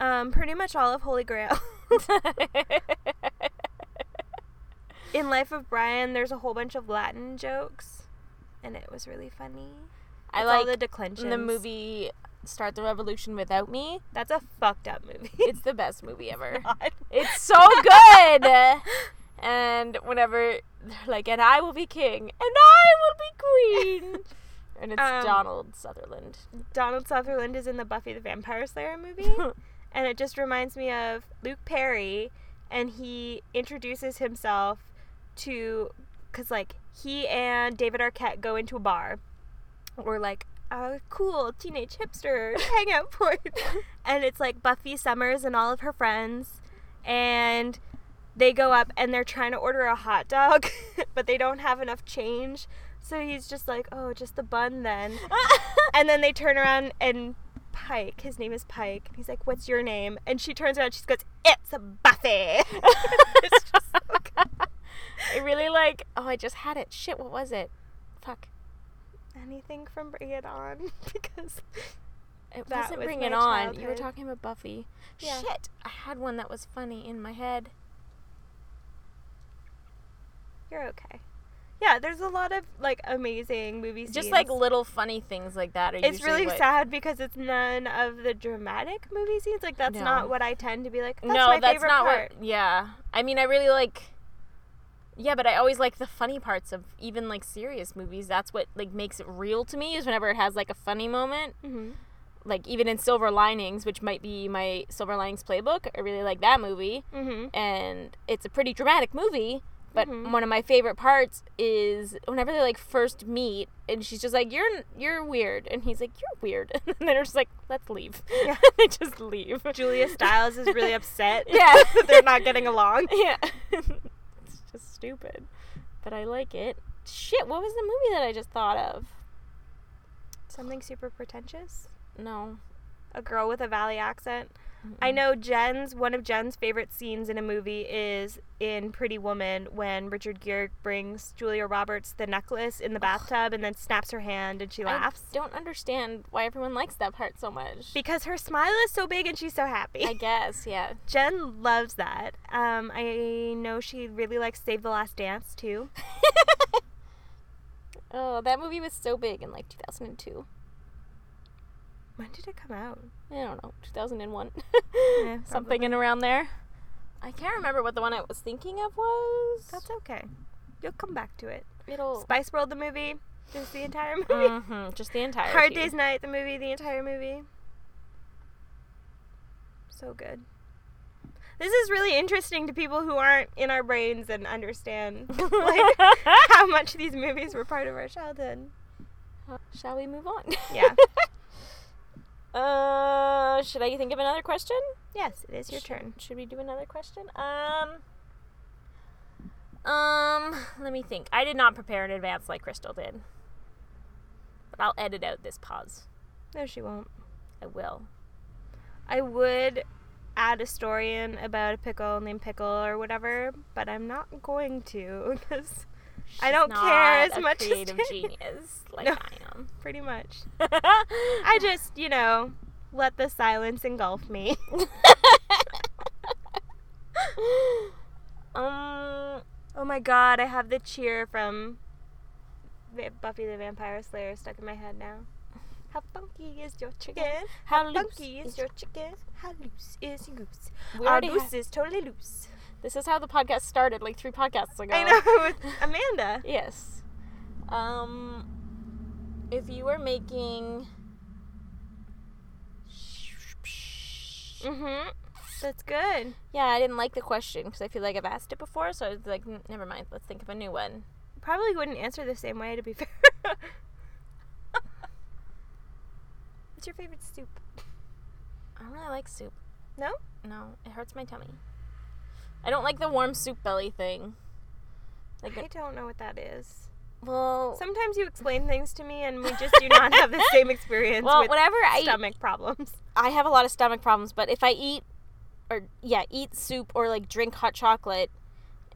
Speaker 3: um, pretty much all of Holy
Speaker 2: [laughs]
Speaker 3: Grail. in Life of Brian, there's a whole bunch of Latin jokes, and it was really funny.
Speaker 2: I
Speaker 3: It's all
Speaker 2: like
Speaker 3: the
Speaker 2: the,
Speaker 3: declensions.
Speaker 2: movie Start the Revolution
Speaker 3: [laughs]
Speaker 2: Without Me.
Speaker 3: That's a fucked up movie. [laughs]
Speaker 2: It's the best movie ever.
Speaker 3: not.
Speaker 2: It's so good. and whenever they're like, and I will be king, and I will be
Speaker 3: [laughs]
Speaker 2: queen. And it's
Speaker 3: Um,
Speaker 2: Donald Sutherland.
Speaker 3: Donald Sutherland is in the Buffy the Vampire Slayer movie, and it just reminds me of Luke Perry, and he introduces himself to, cause like he and David Arquette go into a bar, or like a cool teenage hipster hangout point, and it's like Buffy Summers and all of her friends, and they go up and they're trying to order a hot dog, [laughs] but they don't have enough change. So he's just like, oh, just the bun then. And then they turn around and Pike, his name is Pike, and he's like, What's your name? And she turns around and she goes, It's Buffy. [laughs] [laughs] it's just so good.
Speaker 2: [laughs] I really like. Oh, I just had it. Shit, what was it? Fuck.
Speaker 3: Anything from Bring It On [laughs] because
Speaker 2: It
Speaker 3: That
Speaker 2: wasn't
Speaker 3: was
Speaker 2: Bring
Speaker 3: my
Speaker 2: It On. You were
Speaker 3: childhood.
Speaker 2: talking about Buffy.
Speaker 3: Yeah.
Speaker 2: Shit, I had one that was funny in my head.
Speaker 3: you're okay. Yeah, there's a lot of like amazing movies.
Speaker 2: Just like little funny things like that. Are
Speaker 3: it's
Speaker 2: usually
Speaker 3: really
Speaker 2: what-
Speaker 3: sad because it's none of the dramatic movie scenes. Like that's
Speaker 2: No.
Speaker 3: not what I tend to be like. That's
Speaker 2: no,
Speaker 3: my
Speaker 2: that's
Speaker 3: favorite
Speaker 2: not
Speaker 3: part.
Speaker 2: what. Yeah, I mean, I really like. Yeah, but I always like the funny parts of even like serious movies. That's what like makes it real to me is whenever it has like a funny moment.
Speaker 3: Mhm.
Speaker 2: Like even in Silver Linings, which might be my Silver Linings playbook, I really like that movie,
Speaker 3: Mhm.
Speaker 2: and it's a pretty dramatic movie. But
Speaker 3: Mhm.
Speaker 2: one of my favorite parts is whenever they like first meet, and she's just like, "You're you're weird," and he's like, "You're weird," [laughs] and then they're just like, "Let's leave."
Speaker 3: Yeah.
Speaker 2: [laughs] they just leave.
Speaker 3: Julia Stiles is
Speaker 2: [laughs]
Speaker 3: really [laughs] upset.
Speaker 2: Yeah.
Speaker 3: that they're not getting along.
Speaker 2: Yeah. [laughs] it's just stupid. But I like it. Shit, what was the movie that I just thought of?
Speaker 3: Something super pretentious.
Speaker 2: No.
Speaker 3: a girl with a valley accent.
Speaker 2: Mm-hmm.
Speaker 3: I know Jen's one of Jen's favorite scenes in a movie is in Pretty Woman when Richard Gere brings Julia Roberts the necklace in the bathtub and then snaps her hand and she laughs
Speaker 2: I don't understand why everyone likes that part so much. [laughs]
Speaker 3: because her smile is so big and she's so happy.
Speaker 2: I guess, [laughs] yeah.
Speaker 3: [laughs] Jen loves that. Um, I know she really likes Save the Last Dance
Speaker 2: [sighs]
Speaker 3: too.
Speaker 2: oh, that movie was so big in like 2002.
Speaker 3: When did it come out?
Speaker 2: I don't know, [laughs] 2001.
Speaker 3: Yeah,
Speaker 2: Something in around there. I can't remember what the one I was thinking of was.
Speaker 3: That's okay. You'll come back to it.
Speaker 2: It'll. [laughs]
Speaker 3: Spice World the movie, just the entire movie.
Speaker 2: Mhm, just the entire.
Speaker 3: Hard Day's Night, the movie, the entire movie. So good. This is really interesting to people who aren't in our brains and understand
Speaker 2: [laughs]
Speaker 3: like how much these movies were part of our childhood.
Speaker 2: Shall we move on? [laughs]
Speaker 3: Yeah.
Speaker 2: uh, should I think of another question?
Speaker 3: Yes, it is your
Speaker 2: Should-
Speaker 3: turn.
Speaker 2: Should we do another question? Um. Um, let me think. I did not prepare in advance like Crystal did. But I'll edit out this pause.
Speaker 3: No, she won't.
Speaker 2: I will.
Speaker 3: I would add a story in about a pickle named Pickle or whatever, but I'm not going to [laughs] because I
Speaker 2: She's
Speaker 3: don't care
Speaker 2: not
Speaker 3: as
Speaker 2: a
Speaker 3: much as
Speaker 2: creative
Speaker 3: Jen- [laughs]
Speaker 2: genius like
Speaker 3: No.
Speaker 2: I am.
Speaker 3: pretty much.
Speaker 2: [laughs] I
Speaker 3: I just, you know, let the silence engulf me. [laughs] [laughs]
Speaker 2: um
Speaker 3: Oh my god, I have the cheer from Va- Buffy the Vampire Slayer stuck in my head now. [laughs] How funky is your chicken?
Speaker 2: how loose
Speaker 3: Funky is your chicken? How loose is your goose?
Speaker 2: we
Speaker 3: Our
Speaker 2: already ha-
Speaker 3: goose is totally loose.
Speaker 2: this is how the podcast started like three podcasts ago.
Speaker 3: I know, [laughs] with Amanda.
Speaker 2: Yes. Um, if you were making.
Speaker 3: Mm-hmm. That's good.
Speaker 2: Yeah, I didn't like the question because I feel like I've asked it before, so I was like, "N- never mind, let's think of a new one. [laughs]
Speaker 3: Probably wouldn't answer the same way, to be [laughs] fair. What's your favorite soup?
Speaker 2: I don't really like soup.
Speaker 3: No?
Speaker 2: No, it hurts my tummy. I don't like the warm soup belly thing. Like,
Speaker 3: I don't know what that is.
Speaker 2: well,
Speaker 3: Sometimes you explain things to me and we just do not have [laughs] the same experience
Speaker 2: well,
Speaker 3: with
Speaker 2: whenever I eat
Speaker 3: stomach problems.
Speaker 2: I have a lot of stomach problems, but if I eat or yeah, eat soup or like drink hot chocolate,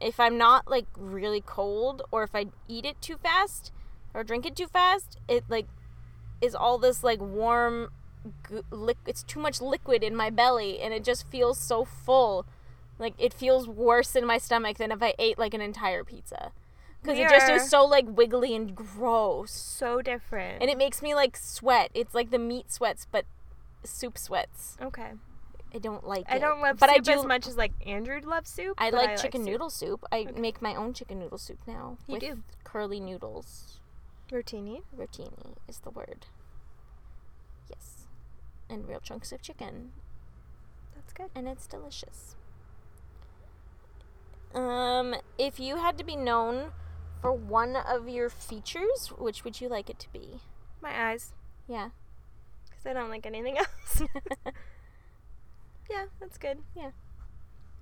Speaker 2: if I'm not like really cold or if I eat it too fast or drink it too fast, it like is all this like warm gu- liq it's too much liquid in my belly and it just feels so full like it feels worse in my stomach than if i ate like an entire pizza because
Speaker 3: We
Speaker 2: it just
Speaker 3: are-
Speaker 2: is so like wiggly and gross
Speaker 3: So different.
Speaker 2: and it makes me like sweat it's like the meat sweats but soup sweats
Speaker 3: okay.
Speaker 2: i don't like
Speaker 3: I
Speaker 2: it.
Speaker 3: don't love
Speaker 2: but
Speaker 3: soup
Speaker 2: i do
Speaker 3: as much as like Andrew loves soup.
Speaker 2: i
Speaker 3: but
Speaker 2: like chicken
Speaker 3: soup.
Speaker 2: noodle soup i make my own chicken noodle soup now
Speaker 3: You
Speaker 2: with
Speaker 3: do.
Speaker 2: curly noodles
Speaker 3: Rotini.
Speaker 2: Rotini is the word. Yes. And real chunks of chicken.
Speaker 3: That's good.
Speaker 2: And it's delicious. Um, if you had to be known for one of your features, which would you like it to be?
Speaker 3: My eyes,
Speaker 2: Yeah. [laughs]
Speaker 3: because I don't like anything [laughs] else. yeah, that's good.
Speaker 2: Yeah.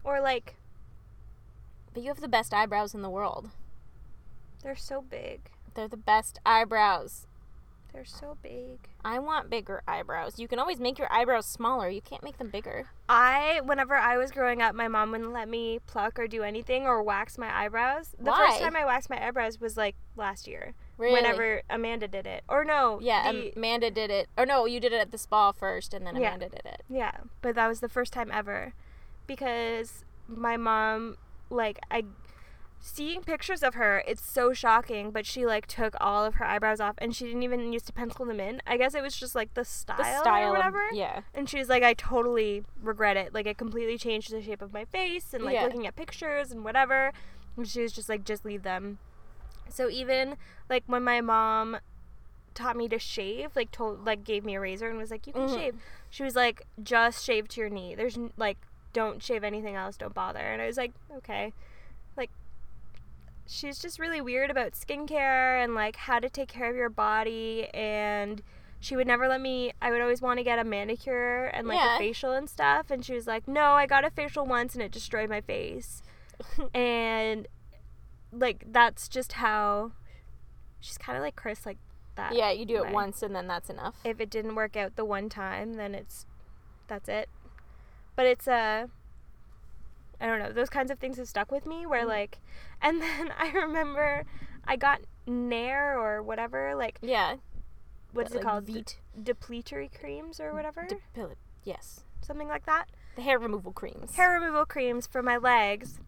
Speaker 3: Or like
Speaker 2: but you have the best eyebrows in the world.
Speaker 3: they're so big.
Speaker 2: They're the best eyebrows.
Speaker 3: They're so big.
Speaker 2: I want bigger eyebrows. You can always make your eyebrows smaller. You can't make them bigger.
Speaker 3: I, whenever I was growing up, my mom wouldn't let me pluck or do anything or wax my eyebrows. The
Speaker 2: Why?
Speaker 3: first time I waxed my eyebrows was like last year.
Speaker 2: Really?
Speaker 3: Whenever Amanda did it. Or no.
Speaker 2: Yeah, um,
Speaker 3: the-
Speaker 2: Amanda did it. Or no, you did it at the spa first and then
Speaker 3: Yeah.
Speaker 2: Amanda did it.
Speaker 3: Yeah, but that was the first time ever because my mom like I seeing pictures of her, it's so shocking, but she like took all of her eyebrows off and she didn't even use to pencil them in. I guess it was just like the style,
Speaker 2: The style
Speaker 3: or
Speaker 2: of-
Speaker 3: whatever.
Speaker 2: yeah.
Speaker 3: And she was like I totally regret it. Like it completely changed the shape of my face and like
Speaker 2: Yeah.
Speaker 3: looking at pictures and whatever. And she was just like just leave them. So even like when my mom taught me to shave, like told like gave me a razor and was like you can
Speaker 2: Mhm.
Speaker 3: shave. She was like just shave to your knee. There's n- like don't shave anything else, don't bother. And I was like okay. Like she's just really weird about skincare and like how to take care of your body and she would never let me I would always want to get a manicure and like
Speaker 2: Yeah.
Speaker 3: a facial and stuff and she was like no, I got a facial once and it destroyed my face. and like that's just how she's kind of like Chris like that.
Speaker 2: Yeah, you do it
Speaker 3: way.
Speaker 2: once and then that's enough.
Speaker 3: Uh, If it didn't work out the one time, then it's that's it. But it's uh I don't know, those kinds of things have stuck with me
Speaker 2: Mm.
Speaker 3: where like [laughs] and then I remember I got Nair or whatever, like
Speaker 2: yeah.
Speaker 3: what's
Speaker 2: the,
Speaker 3: it
Speaker 2: Uh, like,
Speaker 3: called?
Speaker 2: Mm, Veet.
Speaker 3: De- depletery creams or whatever.
Speaker 2: Depil- yes.
Speaker 3: Something like that.
Speaker 2: The hair removal creams. [laughs]
Speaker 3: Hair removal creams for my legs.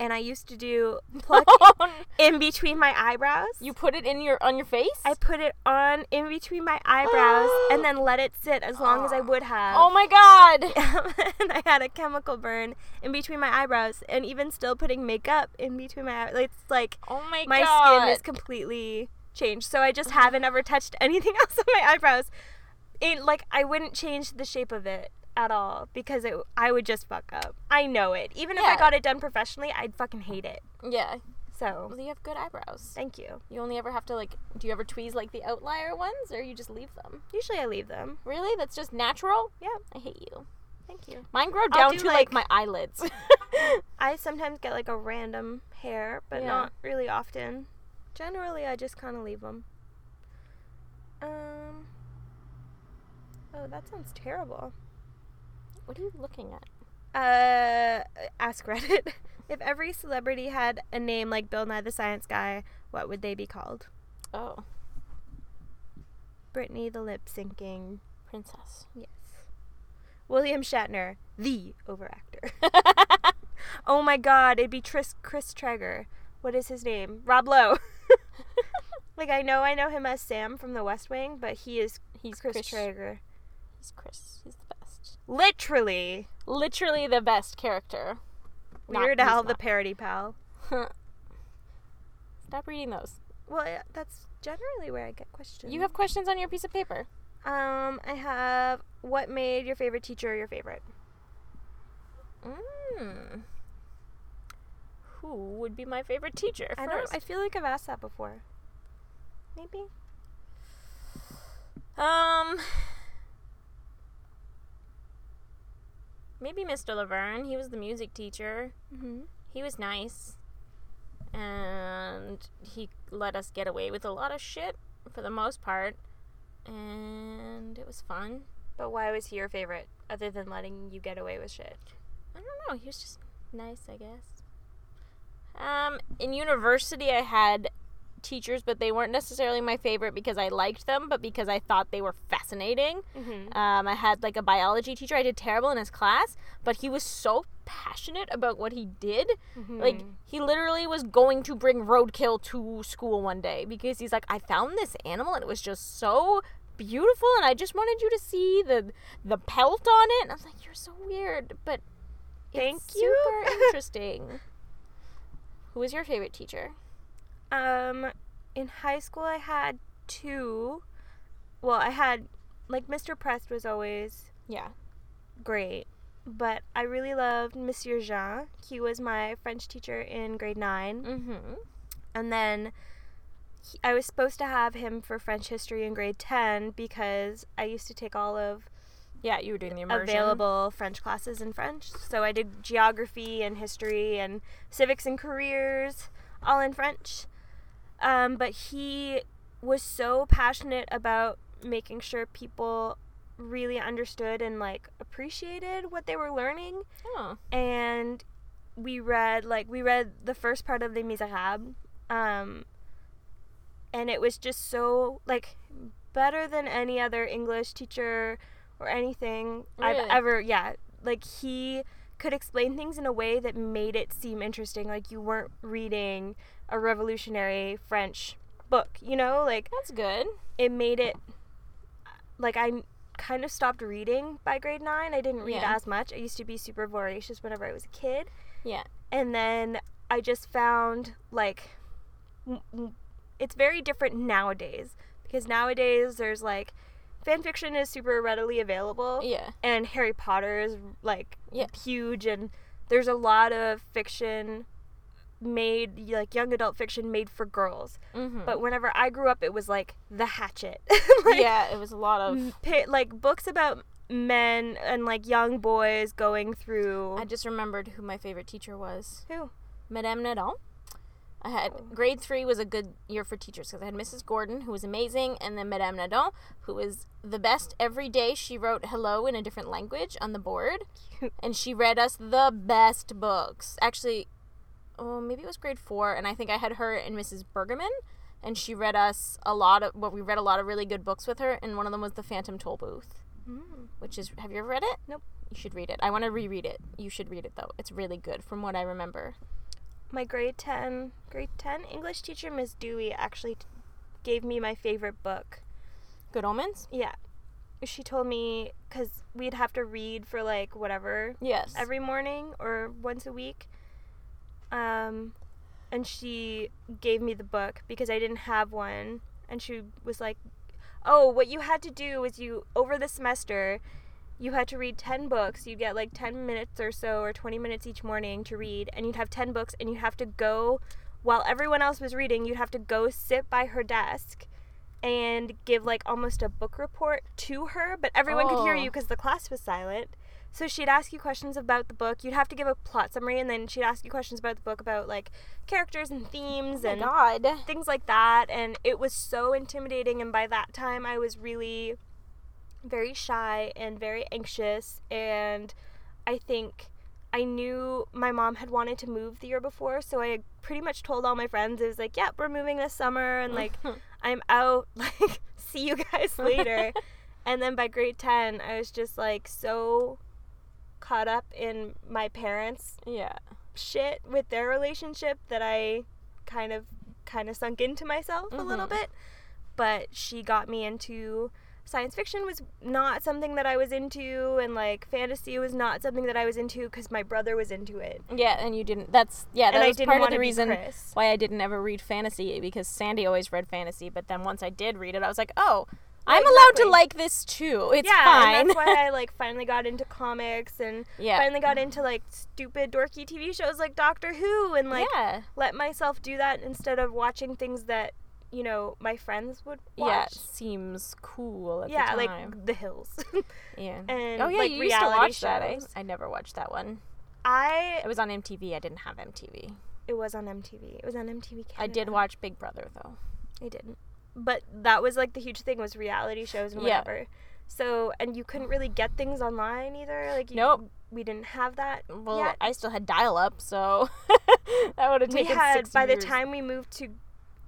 Speaker 3: And I used to do pluck
Speaker 2: [laughs] removal.
Speaker 3: in between my eyebrows.
Speaker 2: you put it in your on your face?
Speaker 3: I put it on in between my
Speaker 2: [gasps]
Speaker 3: eyebrows and then let it sit as long as I would have.
Speaker 2: oh
Speaker 3: [laughs]
Speaker 2: my god.
Speaker 3: and I had a chemical burn in between my eyebrows, and even still putting makeup in between my eyebrows. It's like
Speaker 2: Oh my,
Speaker 3: my
Speaker 2: god. Oh
Speaker 3: skin is completely changed. So I just haven't ever touched [laughs] anything else on my eyebrows. It, like I wouldn't change the shape of it at all because it I would just fuck up. I know it. Even if
Speaker 2: Yeah.
Speaker 3: I got it done professionally, I'd fucking hate it.
Speaker 2: Yeah.
Speaker 3: So
Speaker 2: Well, you have good eyebrows.
Speaker 3: thank you.
Speaker 2: You only ever have to like do you ever tweeze like the outlier ones or you just leave them?
Speaker 3: Usually I leave them.
Speaker 2: Really? That's just natural?
Speaker 3: Yeah.
Speaker 2: I hate you.
Speaker 3: Thank you.
Speaker 2: Mine grow down
Speaker 3: do,
Speaker 2: to like,
Speaker 3: like-
Speaker 2: my [laughs] eyelids.
Speaker 3: I sometimes get like a random hair, but
Speaker 2: Yeah.
Speaker 3: not really often. Generally, I just kind of leave them. Um. Oh, that sounds terrible.
Speaker 2: what are you looking at?
Speaker 3: Uh, ask Reddit. [laughs] if every celebrity had a name like Bill Nye the Science Guy, what would they be called?
Speaker 2: Oh,
Speaker 3: Brittany the lip syncing.
Speaker 2: princess.
Speaker 3: Yes. William Shatner, the overactor. [laughs] Oh my god, it'd be Tris- Chris Traeger. What is his name? Rob Lowe. [laughs] like I know I know him as Sam from the West Wing, but he is
Speaker 2: He's
Speaker 3: Chris,
Speaker 2: Chris.
Speaker 3: Traeger.
Speaker 2: He's Chris. He's the best.
Speaker 3: Literally.
Speaker 2: Literally the best character. Not-
Speaker 3: Weird
Speaker 2: he's
Speaker 3: Al the
Speaker 2: not.
Speaker 3: parody pal.
Speaker 2: [laughs] Stop reading those.
Speaker 3: Well, I- that's generally where I get questions.
Speaker 2: You have questions on your piece of paper.
Speaker 3: um I have what made your favorite teacher your favorite?
Speaker 2: Mm. Who would be my favorite teacher?
Speaker 3: I don't I feel like I've asked that before. Maybe.
Speaker 2: um. [sighs] Maybe Mr. Laverne. He was the music teacher.
Speaker 3: Mhm.
Speaker 2: He was nice, and he let us get away with a lot of shit for the most part, and it was fun.
Speaker 3: But why was he your favorite other than letting you get away with shit?
Speaker 2: I don't know. He was just nice, I guess. Um, in university, I had teachers, but they weren't necessarily my favorite because I liked them, but because I thought they were fascinating.
Speaker 3: Mm-hmm.
Speaker 2: Um, I had like a biology teacher. I did terrible in his class, but he was so passionate about what he did.
Speaker 3: Mm-hmm.
Speaker 2: Like he literally was going to bring roadkill to school one day because he's like, I found this animal and it was just so beautiful, and I just wanted you to see the the pelt on it. And I was like, you're so weird, but
Speaker 3: Thank
Speaker 2: it's
Speaker 3: you.
Speaker 2: [laughs]
Speaker 3: [laughs]
Speaker 2: Super interesting. Who was your favorite teacher?
Speaker 3: Um, in high school, I had two. Well, I had like Mr. Prest was always
Speaker 2: Yeah.
Speaker 3: great, but I really loved Monsieur Jean. He was my French teacher in grade nine,
Speaker 2: Mm-hmm.
Speaker 3: and then he, I was supposed to have him for French history in grade ten because I used to take all of
Speaker 2: Yeah, you were doing the immersion.
Speaker 3: available French classes in French. So I did geography and history and civics and careers, all in French. Um, but he was so passionate about making sure people really understood and like appreciated what they were learning
Speaker 2: Oh.
Speaker 3: and we read like we read the first part of Les Miserables, um, and it was just so like better than any other English teacher or anything I've
Speaker 2: Really?
Speaker 3: ever. Yeah, like he could explain things in a way that made it seem interesting. Like you weren't reading a revolutionary French book, you know, like
Speaker 2: That's good.
Speaker 3: it made it like I kind of stopped reading by grade nine. I didn't read
Speaker 2: Yeah.
Speaker 3: as much. I used to be super voracious whenever I was a kid.
Speaker 2: Yeah.
Speaker 3: And then I just found like m- m- it's very different nowadays because nowadays there's like fan fiction is super readily available
Speaker 2: Yeah.
Speaker 3: and Harry Potter is like
Speaker 2: Yeah.
Speaker 3: huge and there's a lot of fiction made like young adult fiction made for girls
Speaker 2: Mm-hmm.
Speaker 3: but whenever I grew up, it was like the Hatchet. [laughs] like,
Speaker 2: yeah, it was a lot of. [laughs]
Speaker 3: m- pi- like books about men and like young boys going through.
Speaker 2: I just remembered who my favorite teacher was.
Speaker 3: Who?
Speaker 2: Madame Nadon. I had grade three was a good year for teachers because I had Mrs. Gordon, who was amazing, and then Madame Nadon, who was the best. Every day she wrote hello in a different language on the board,
Speaker 3: Cute.
Speaker 2: and she read us the best books. Actually, oh, maybe it was grade four, and I think I had her and Mrs. Bergman, and she read us a lot of. Well, we read a lot of really good books with her, and one of them was The Phantom Toll Booth.
Speaker 3: Mm.
Speaker 2: which is have you ever read it?
Speaker 3: Nope.
Speaker 2: You should read it. I want to reread it. You should read it though. It's really good from what I remember.
Speaker 3: My grade ten, grade ten English teacher Miss Dewey actually t- gave me my favorite book.
Speaker 2: Good Omens?
Speaker 3: Yeah, she told me because we'd have to read for like whatever
Speaker 2: Yes.
Speaker 3: every morning or once a week. Um, and she gave me the book because I didn't have one. And she was like, Oh, what you had to do is you, over the semester, you had to read 10 books. You'd get like 10 minutes or so, or 20 minutes each morning to read. And you'd have 10 books, and you'd have to go, while everyone else was reading, you'd have to go sit by her desk. And give like almost a book report to her, but everyone could hear
Speaker 2: Oh.
Speaker 3: you because the class was silent. So she'd ask you questions about the book. You'd have to give a plot summary, and then she'd ask you questions about the book about like characters and themes and
Speaker 2: Oh God.
Speaker 3: things like that. And it was so intimidating. And by that time, I was really very shy and very anxious. And I think I knew my mom had wanted to move the year before. So I had pretty much told all my friends, it was like, yep, we're moving this summer. And
Speaker 2: [laughs]
Speaker 3: like, "Hmm." I'm out. [laughs] Like, see you guys later. And then by grade 10, I was just like so caught up in my parents'
Speaker 2: yeah.
Speaker 3: shit with their relationship that I kind of kind of sunk into myself a little
Speaker 2: Mhm.
Speaker 3: bit. But she got me into science fiction was not something that I was into and like fantasy was not something that I was into cuz my brother was into it.
Speaker 2: Yeah, and you didn't that's yeah, that
Speaker 3: and I
Speaker 2: was
Speaker 3: didn't
Speaker 2: part of
Speaker 3: wanna
Speaker 2: the
Speaker 3: be
Speaker 2: reason
Speaker 3: Chris.
Speaker 2: why I didn't ever read fantasy because Sandy always read fantasy, but then once I did read it, I was like, Oh, I'm allowed to
Speaker 3: exactly.
Speaker 2: like this too. It's
Speaker 3: yeah,
Speaker 2: fine.
Speaker 3: and that's why I like finally got into comics and
Speaker 2: [laughs] yeah.
Speaker 3: finally got into like stupid dorky TV shows like Doctor Who and like
Speaker 2: yeah.
Speaker 3: let myself do that instead of watching things that you know my friends would
Speaker 2: Yeah.
Speaker 3: watch.
Speaker 2: It seems cool at
Speaker 3: yeah,
Speaker 2: the time.
Speaker 3: like The Hills. [laughs]
Speaker 2: yeah.
Speaker 3: and
Speaker 2: oh yeah,
Speaker 3: like
Speaker 2: you used to
Speaker 3: reality
Speaker 2: watch
Speaker 3: shows.
Speaker 2: that. eh? I, I never watched that one.
Speaker 3: I
Speaker 2: It was on MTV. I didn't have MTV.
Speaker 3: it was on MTV. It was on MTV. Canada.
Speaker 2: I did watch Big Brother though.
Speaker 3: I didn't. But that was like the huge thing was reality shows and
Speaker 2: Yeah.
Speaker 3: whatever. So and you couldn't really get things online either. Like you,
Speaker 2: Nope.
Speaker 3: we didn't have that.
Speaker 2: Well,
Speaker 3: yet.
Speaker 2: I still had dial up, so [laughs] that would have
Speaker 3: we
Speaker 2: taken
Speaker 3: had
Speaker 2: six
Speaker 3: by
Speaker 2: years.
Speaker 3: the time we moved to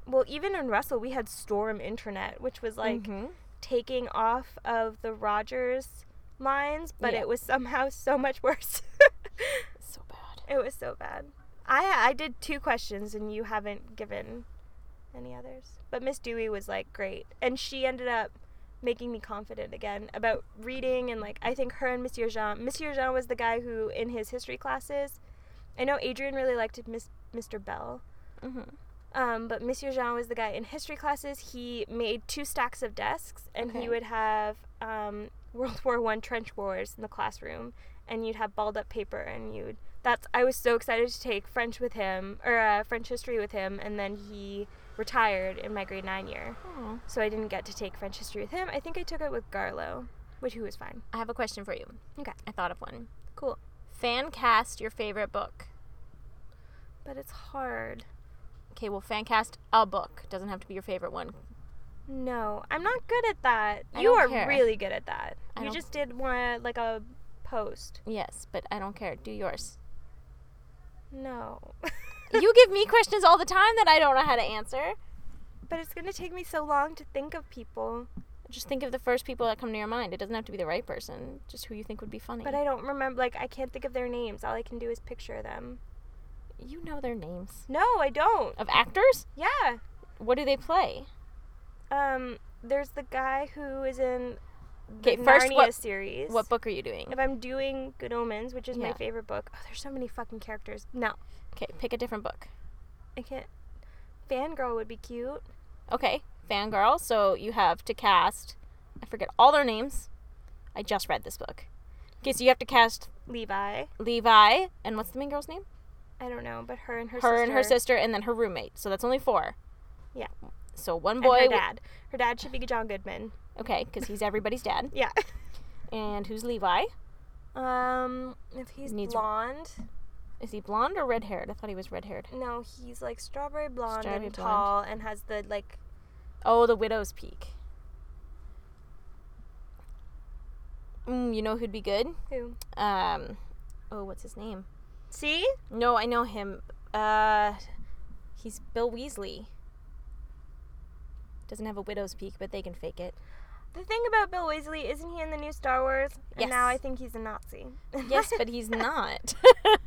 Speaker 3: well, even in Russell, we had Storm Internet, which was like
Speaker 2: Mm-hmm.
Speaker 3: taking off of the Rogers lines, but
Speaker 2: Yeah.
Speaker 3: it was somehow [laughs] so much worse.
Speaker 2: so bad.
Speaker 3: it was so bad. I I did two questions and you haven't given any others. But Miss Dewey was like great, and she ended up making me confident again about reading and like I think her and Monsieur Jean. Monsieur Jean was the guy who in his history classes, I know Adrian really liked Miss Mr. Bell.
Speaker 2: Mm-hmm.
Speaker 3: Um, but Monsieur Jean was the guy in history classes. He made two stacks of desks, and
Speaker 2: Okay.
Speaker 3: he would have um, [laughs] World War One trench wars in the classroom, and you'd have balled up paper, and you'd. That's I was so excited to take French with him or uh, French history with him, and then he retired in my grade nine year, so I didn't get to take French history with him. I think I took it with Garlow, which who was fine.
Speaker 2: I have a question for you.
Speaker 3: Okay.
Speaker 2: I thought of one.
Speaker 3: Cool.
Speaker 2: Fan cast your favorite book.
Speaker 3: But it's hard.
Speaker 2: Okay, well, fan cast a book. Doesn't have to be your favorite one.
Speaker 3: No, I'm not good at that.
Speaker 2: I
Speaker 3: you
Speaker 2: don't
Speaker 3: are
Speaker 2: care.
Speaker 3: really good at that.
Speaker 2: I
Speaker 3: you
Speaker 2: don't-
Speaker 3: just did one like a post.
Speaker 2: Yes, but I don't care.
Speaker 3: [laughs]
Speaker 2: Do yours. [laughs]
Speaker 3: No.
Speaker 2: you give me questions all the time that I don't know how to answer.
Speaker 3: But it's gonna take me so long to think of people.
Speaker 2: Just think of the first people that come to your mind. It doesn't have to be the right person, just who you think would be funny.
Speaker 3: But I don't remember. Like I can't think of their names. All I can do is picture them.
Speaker 2: you know their names.
Speaker 3: No, I don't.
Speaker 2: Of actors?
Speaker 3: Yeah.
Speaker 2: What do they play?
Speaker 3: Um. There's the guy who is in the
Speaker 2: 'Kay, first,
Speaker 3: Narnia
Speaker 2: what-
Speaker 3: series.
Speaker 2: What book are you doing?
Speaker 3: If I'm doing Good Omens, which is my
Speaker 2: Yeah.
Speaker 3: favorite book. Oh, there's so many fucking characters. No,
Speaker 2: Okay, pick a different book.
Speaker 3: I can't. Fangirl would be cute.
Speaker 2: Okay, Fangirl. So you have to cast, I forget all their names. I just read this book. Okay, so you have to cast
Speaker 3: Levi.
Speaker 2: Levi, and what's the main girl's name?
Speaker 3: I don't know, but her and her,
Speaker 2: Her, and her
Speaker 3: sister
Speaker 2: sister, and then her roommate. So that's only four.
Speaker 3: Yeah.
Speaker 2: So one
Speaker 3: and
Speaker 2: boy.
Speaker 3: her
Speaker 2: w-
Speaker 3: dad. Her dad should be John Goodman.
Speaker 2: Okay, because he's everybody's dad.
Speaker 3: Yeah. [laughs]
Speaker 2: And who's Levi?
Speaker 3: Um, if he's
Speaker 2: Needs-
Speaker 3: blonde,
Speaker 2: Is he blonde or red haired? I thought he was red haired.
Speaker 3: no, he's like strawberry blonde
Speaker 2: Strawberry
Speaker 3: and
Speaker 2: blonde.
Speaker 3: tall and has the like
Speaker 2: Oh, the Widow's Peak. Mm, you know who'd be good?
Speaker 3: who?
Speaker 2: Um, oh, what's his name?
Speaker 3: See?
Speaker 2: No, I know him. Uh, he's Bill Weasley. Doesn't have a widow's peak, but they can
Speaker 3: [laughs]
Speaker 2: fake it.
Speaker 3: The thing about Bill Weasley, isn't he in the new Star Wars? And now I
Speaker 2: Yes.
Speaker 3: think he's a Nazi. [laughs]
Speaker 2: Yes, but he's not.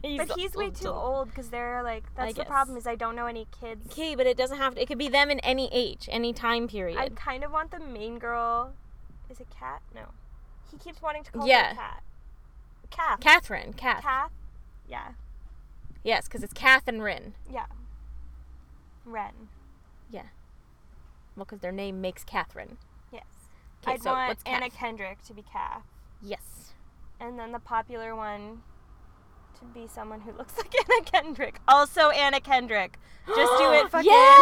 Speaker 2: he's
Speaker 3: but he's way too old because they're like that's the
Speaker 2: guess.
Speaker 3: problem is I don't know any kids.
Speaker 2: Okay, but it doesn't have to. It could be them in any age, any time period.
Speaker 3: I kind of want the main girl. Is it Cat? No. He keeps wanting to call
Speaker 2: Yeah.
Speaker 3: her Cat. Kath.
Speaker 2: Catherine, Kath.
Speaker 3: Kath. Yeah.
Speaker 2: Yes, because it's Kath and Rin.
Speaker 3: Yeah. Ren.
Speaker 2: Well, because their name makes Catherine.
Speaker 3: Yes.
Speaker 2: 'Kay,
Speaker 3: I'd
Speaker 2: so
Speaker 3: want
Speaker 2: what's Kath?
Speaker 3: Anna Kendrick to be Kath.
Speaker 2: Yes.
Speaker 3: and then the popular one to be someone who [laughs] looks like Anna Kendrick. Also Anna Kendrick. Just do
Speaker 2: [gasps]
Speaker 3: it fucking
Speaker 2: yeah!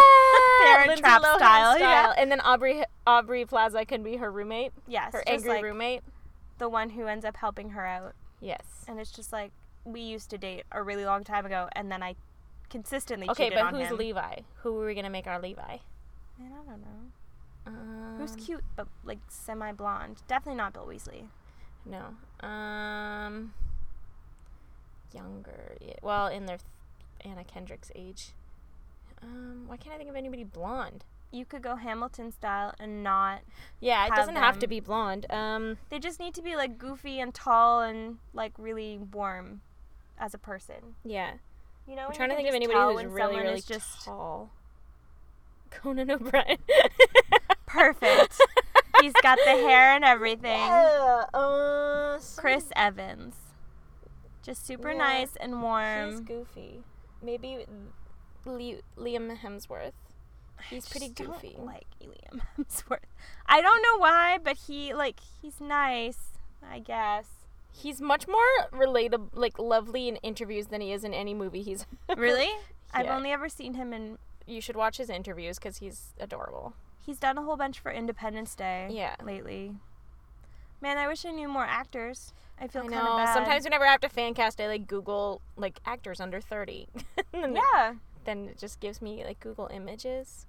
Speaker 3: Parent
Speaker 2: Lindsay
Speaker 3: Trap
Speaker 2: Lohan
Speaker 3: style, yeah.
Speaker 2: And then Aubrey Aubrey Plaza can be her roommate,
Speaker 3: yes,
Speaker 2: her
Speaker 3: just
Speaker 2: angry
Speaker 3: like
Speaker 2: roommate.
Speaker 3: the one who ends up helping her out.
Speaker 2: Yes.
Speaker 3: And it's just like we used to date a really long time ago, and then I consistently
Speaker 2: Okay,
Speaker 3: cheated
Speaker 2: but
Speaker 3: on
Speaker 2: who's
Speaker 3: him.
Speaker 2: Levi? Who are we gonna make our Levi?
Speaker 3: Man, I don't know.
Speaker 2: Um,
Speaker 3: Who's cute but like semi blonde? Definitely not Bill Weasley.
Speaker 2: No. Um. Younger. yeah, Well, in their th- Anna Kendrick's age. Um. Why can't I think of anybody blonde?
Speaker 3: You could go Hamilton style and not.
Speaker 2: Yeah, it
Speaker 3: Have
Speaker 2: doesn't have to
Speaker 3: them.
Speaker 2: be blonde. Um.
Speaker 3: They just need to be like goofy and tall and like really warm as a person.
Speaker 2: Yeah.
Speaker 3: You know,
Speaker 2: I'm
Speaker 3: when you
Speaker 2: trying to
Speaker 3: can
Speaker 2: think of
Speaker 3: just
Speaker 2: anybody
Speaker 3: tell
Speaker 2: who's
Speaker 3: when
Speaker 2: really,
Speaker 3: someone
Speaker 2: really
Speaker 3: is just
Speaker 2: tall. Conan [laughs] O'Brien. [laughs]
Speaker 3: Perfect. He's got the hair and everything.
Speaker 2: Yeah, uh, some-
Speaker 3: Chris Evans. Just super
Speaker 2: Yeah.
Speaker 3: nice and
Speaker 2: He's
Speaker 3: warm.
Speaker 2: goofy. Maybe Le- Liam Hemsworth. He's
Speaker 3: I
Speaker 2: pretty
Speaker 3: just don't
Speaker 2: goofy.
Speaker 3: like Liam [laughs] Hemsworth. I don't know why, but he like he's nice, I guess.
Speaker 2: He's much more relatable, like lovely in interviews than he is in any movie he's. [laughs]
Speaker 3: Really? I've
Speaker 2: Yeah.
Speaker 3: only ever seen him in
Speaker 2: you should watch his interviews because he's adorable.
Speaker 3: he's done a whole bunch for Independence Day
Speaker 2: Yeah.
Speaker 3: lately. Man, I wish I knew more actors. I feel
Speaker 2: I
Speaker 3: kind of
Speaker 2: know.
Speaker 3: bad.
Speaker 2: Sometimes whenever I have to fan cast, I like Google like actors under thirty. [laughs] and then,
Speaker 3: yeah.
Speaker 2: then it just gives me like Google images.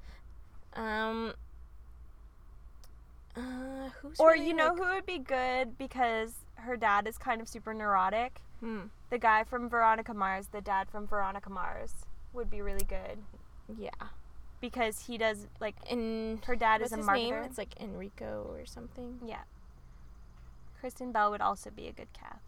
Speaker 2: Um. Uh, who's
Speaker 3: Or
Speaker 2: really,
Speaker 3: you know
Speaker 2: like-
Speaker 3: who would be good because her dad is kind of super neurotic.
Speaker 2: Hmm.
Speaker 3: The guy from Veronica Mars, the dad from Veronica Mars, would be really good.
Speaker 2: Yeah.
Speaker 3: because he does like
Speaker 2: And
Speaker 3: her dad is
Speaker 2: what's
Speaker 3: a
Speaker 2: his
Speaker 3: marketer.
Speaker 2: name? It's like Enrico or something.
Speaker 3: Yeah. Kristen Bell would also be a good Kath.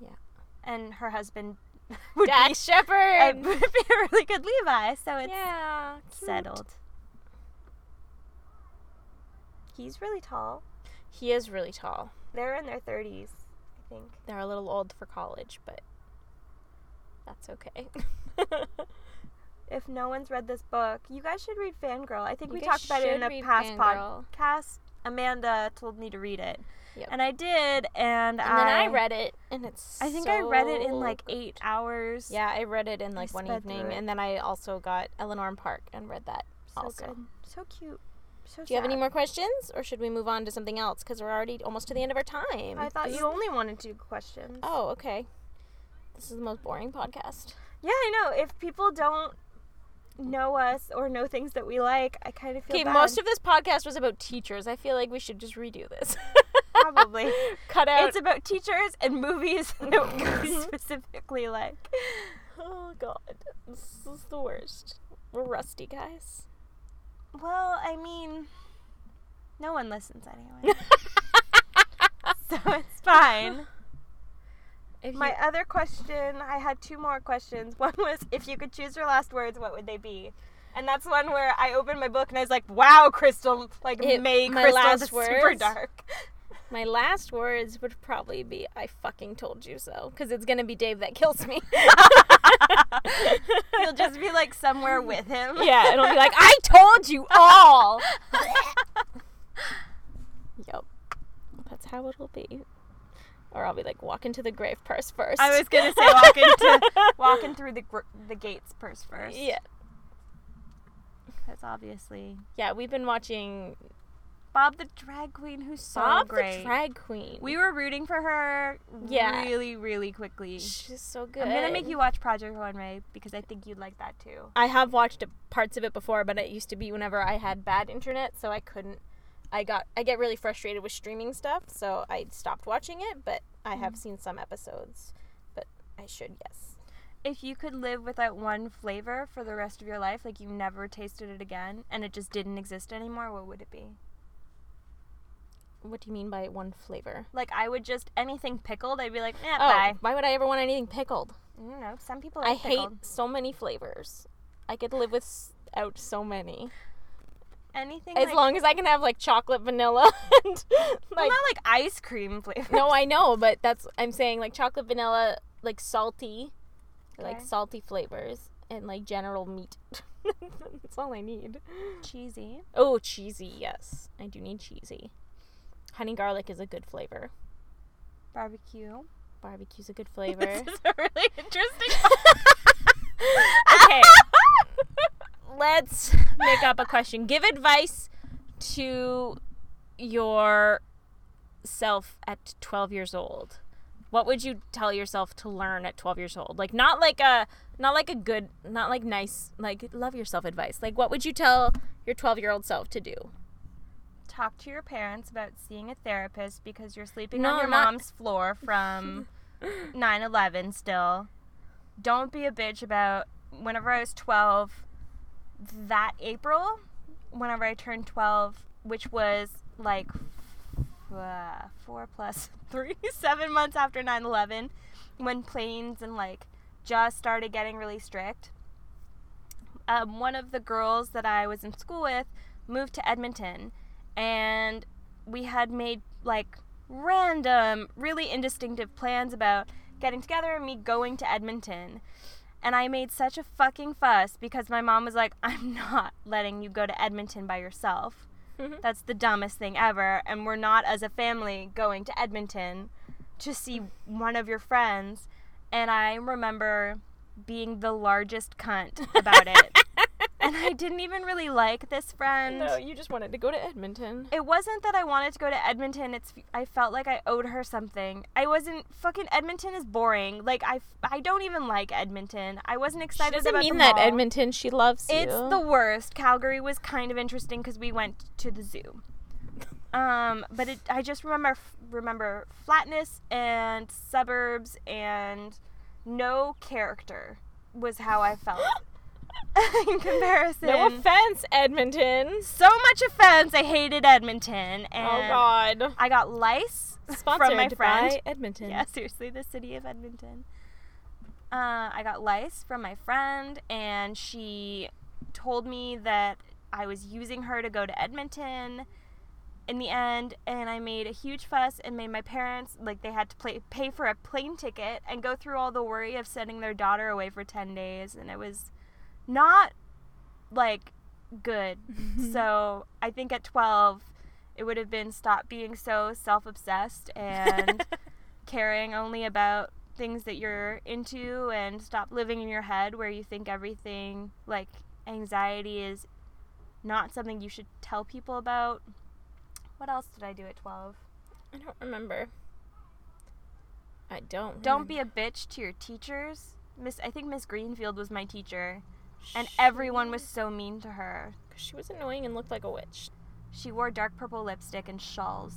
Speaker 2: Yeah.
Speaker 3: And her husband [laughs] would
Speaker 2: Dax
Speaker 3: be a, [laughs]
Speaker 2: Shepard.
Speaker 3: would be a really good Levi, so it's
Speaker 2: yeah. cute.
Speaker 3: settled. He's really tall.
Speaker 2: He is really tall.
Speaker 3: They're in their 30s, I think.
Speaker 2: They're a little old for college, but that's okay. [laughs]
Speaker 3: If no one's read this book, you guys should read Fangirl. I think
Speaker 2: You
Speaker 3: we
Speaker 2: guys
Speaker 3: talked about it in
Speaker 2: should
Speaker 3: a
Speaker 2: read
Speaker 3: past
Speaker 2: Fangirl.
Speaker 3: podcast. Amanda told me to read it.
Speaker 2: Yep.
Speaker 3: And I did, and,
Speaker 2: and then I read it, and it's.
Speaker 3: I think I read it in
Speaker 2: so
Speaker 3: like eight hours.
Speaker 2: Yeah, I read it in like one
Speaker 3: sped through
Speaker 2: evening,
Speaker 3: it.
Speaker 2: and then I also got Eleanor and Park and read that.
Speaker 3: So
Speaker 2: also.
Speaker 3: good. So cute. So
Speaker 2: Do you have any
Speaker 3: sad.
Speaker 2: more questions, or should we move on to something else? Because we're already almost to the end of our time.
Speaker 3: I thought
Speaker 2: This
Speaker 3: you
Speaker 2: is-
Speaker 3: only wanted two questions.
Speaker 2: Oh, okay. This is the most boring podcast.
Speaker 3: Yeah, I know. If people don't know us or know things that we like, I kind of feel
Speaker 2: Okay,
Speaker 3: bad.
Speaker 2: most of this podcast was about teachers. I feel like we should just redo this.
Speaker 3: Probably.
Speaker 2: [laughs] Cut out.
Speaker 3: it's about teachers and movies [laughs] that
Speaker 2: [laughs]
Speaker 3: we specifically like.
Speaker 2: oh God, this is the worst. We're rusty, guys.
Speaker 3: Well, I mean, no one listens [laughs] anyway, so it's [laughs] fine.
Speaker 2: If
Speaker 3: My other question, I had two more questions. [laughs] One was if you could choose your last words, what would they be? And that's one where I opened my book and I was like, "Wow, Crystal! Like
Speaker 2: It-
Speaker 3: May
Speaker 2: my
Speaker 3: Crystal
Speaker 2: last
Speaker 3: is super
Speaker 2: words?
Speaker 3: dark."
Speaker 2: My last words would probably be I fucking told you so cuz it's going to be Dave that kills me.
Speaker 3: [laughs] You'll just be like somewhere with him. [laughs]
Speaker 2: [laughs] yeah, it'll be like I told you all. yep. That's how it'll be. Or I'll be like walk into the grave purse first.
Speaker 3: I was gonna say walking to walking through the gr- the gates purse first.
Speaker 2: Yeah.
Speaker 3: that's obviously
Speaker 2: Yeah, we've been watching
Speaker 3: Bob the drag queen who's so
Speaker 2: Bob
Speaker 3: great.
Speaker 2: the drag queen.
Speaker 3: we were rooting for her
Speaker 2: Yeah.
Speaker 3: really really quickly.
Speaker 2: She's so good.
Speaker 3: I'm gonna make you watch Project Runway because I think you'd like that too.
Speaker 2: I have watched a- parts of it before, but it used to be whenever I had bad internet, so I couldn't. I got I get really frustrated with streaming stuff, so I stopped watching it. But I have seen some episodes, but I should yes.
Speaker 3: If you could live without one flavor for the rest of your life, like you never tasted it again, and it just didn't exist anymore, what would it be?
Speaker 2: What do you mean by one flavor?
Speaker 3: Like I would just anything pickled, I'd be like, eh,
Speaker 2: Oh,
Speaker 3: bye.
Speaker 2: why would I ever want anything pickled?
Speaker 3: I don't know. Some people
Speaker 2: I
Speaker 3: like pickled.
Speaker 2: hate so many flavors. I could live without so many.
Speaker 3: anything
Speaker 2: As
Speaker 3: like,
Speaker 2: long as I can have like chocolate, vanilla, [laughs] and
Speaker 3: well,
Speaker 2: like
Speaker 3: not like ice cream flavor.
Speaker 2: No, I know, but that's I'm saying like chocolate vanilla, like salty, like
Speaker 3: Okay.
Speaker 2: salty flavors, and like general meat. [laughs] that's all I need.
Speaker 3: cheesy.
Speaker 2: Oh, cheesy, yes, I do need cheesy. Honey garlic is a good flavor.
Speaker 3: Barbecue.
Speaker 2: Barbecue's a good flavor.
Speaker 3: [laughs] This is a really interesting.
Speaker 2: [laughs] okay, let's make up a question. Give advice to your self at 12 years old. What would you tell yourself to learn at 12 years old? Like not like a not like a good, not like nice, like love yourself advice. Like what would you tell your 12-year-old self to do?
Speaker 3: Talk to your parents about seeing a therapist because you're sleeping
Speaker 2: No,
Speaker 3: on your
Speaker 2: not-
Speaker 3: mom's floor
Speaker 2: [laughs]
Speaker 3: from 9/11 still. Don't be a bitch about whenever I was 12 that April, whenever I turned 12, which was like uh, 4 plus [laughs] 3 7 months after 9/11 when planes and like just started getting really strict. um, one of the girls that I was in school with moved to Edmonton, and we had made like random, really indistinctive plans about getting together and me going to Edmonton. And I made such a fucking fuss because my mom was like, I'm not letting you go to Edmonton by yourself.
Speaker 2: Mhm.
Speaker 3: That's the dumbest thing ever. And we're not, as a family, going to Edmonton to see one of your friends. And I remember being the largest cunt about it. and I didn't even really like this friend.
Speaker 2: you just wanted to go to Edmonton.
Speaker 3: It wasn't that I wanted to go to Edmonton. It's I felt like I owed her something. I wasn't fucking Edmonton is boring. Like I, f- I don't even like Edmonton. I wasn't
Speaker 2: She
Speaker 3: excited
Speaker 2: doesn't
Speaker 3: about
Speaker 2: mean
Speaker 3: the
Speaker 2: that
Speaker 3: mall.
Speaker 2: Edmonton. She loves you.
Speaker 3: It's the worst. Calgary was kind of interesting because we went to the zoo. Um, but it, I just remember f- remember flatness and
Speaker 2: [laughs]
Speaker 3: suburbs and no character was how I felt. [laughs] in comparison.
Speaker 2: No offense, Edmonton.
Speaker 3: so much offense. I hated Edmonton. And
Speaker 2: Oh God.
Speaker 3: I got lice
Speaker 2: Sponsored
Speaker 3: from my friend.
Speaker 2: by Edmonton.
Speaker 3: Yeah, seriously, the city of Edmonton. Uh, I got lice from my friend, and she told me that I was using her to go to Edmonton in the end, and I made a huge fuss and made my parents, like, they had to play, pay for a plane ticket and go through all the worry of sending their daughter away for 10 days, and it was not, like, good. so I think at 12, it would have been stop being so self obsessed and caring only about things that you're into and stop living in your head where you think everything like anxiety is not something you should tell people about. What else did I do at 12?
Speaker 2: [laughs] I don't remember. I don't.
Speaker 3: Don't be a bitch to your teachers. Miss I think Miss Greenfield was my teacher and everyone was so mean to her.
Speaker 2: Because she was annoying and looked like a witch. [laughs]
Speaker 3: She wore dark purple lipstick and shawls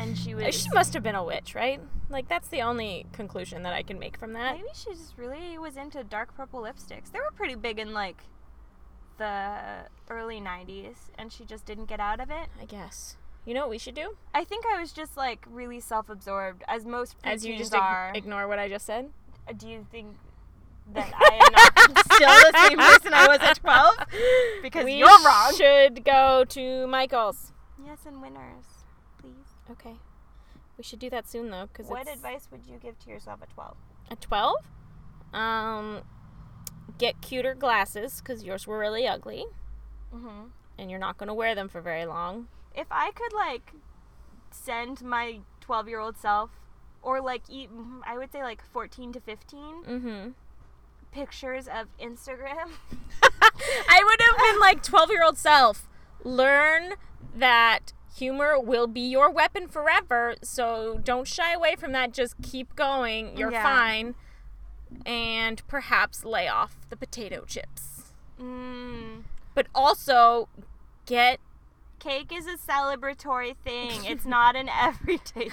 Speaker 3: and she was
Speaker 2: she must have been a witch, right? Like that's the only conclusion that I can make from that.
Speaker 3: Maybe she just really was into dark purple lipsticks. They were pretty big in like the early 90s and she just didn't get out of it.
Speaker 2: I guess. You know what we should do?
Speaker 3: I think I was just like really self-absorbed as most
Speaker 2: As you
Speaker 3: preteens
Speaker 2: just ig-
Speaker 3: are.
Speaker 2: ignore what I
Speaker 3: [laughs]
Speaker 2: just said.
Speaker 3: Do you think that I
Speaker 2: [laughs]
Speaker 3: am not still the same person I was at 12? Because
Speaker 2: we
Speaker 3: you're wrong.
Speaker 2: Should go to Michael's.
Speaker 3: Yes, and winners, please.
Speaker 2: Okay. We should do that soon though, because
Speaker 3: What
Speaker 2: it's
Speaker 3: advice would you give to yourself at 12?
Speaker 2: at twelve. Um, get cuter glasses because yours were really ugly,
Speaker 3: Mhm.
Speaker 2: and you're not gonna wear them for very long.
Speaker 3: if I could like send my 12 year old self or like e- I would say like 14 to 15
Speaker 2: Mm-hmm. [laughs]
Speaker 3: pictures of Instagram.
Speaker 2: I would have been like 12 year old self. Learn that humor will be your weapon forever. So don't shy away from that. Just keep going. You're
Speaker 3: Yeah.
Speaker 2: fine. And perhaps lay off the potato chips.
Speaker 3: Mm.
Speaker 2: But also get [laughs]
Speaker 3: Cake is a celebratory thing. It's not
Speaker 2: [laughs]
Speaker 3: an everyday thing.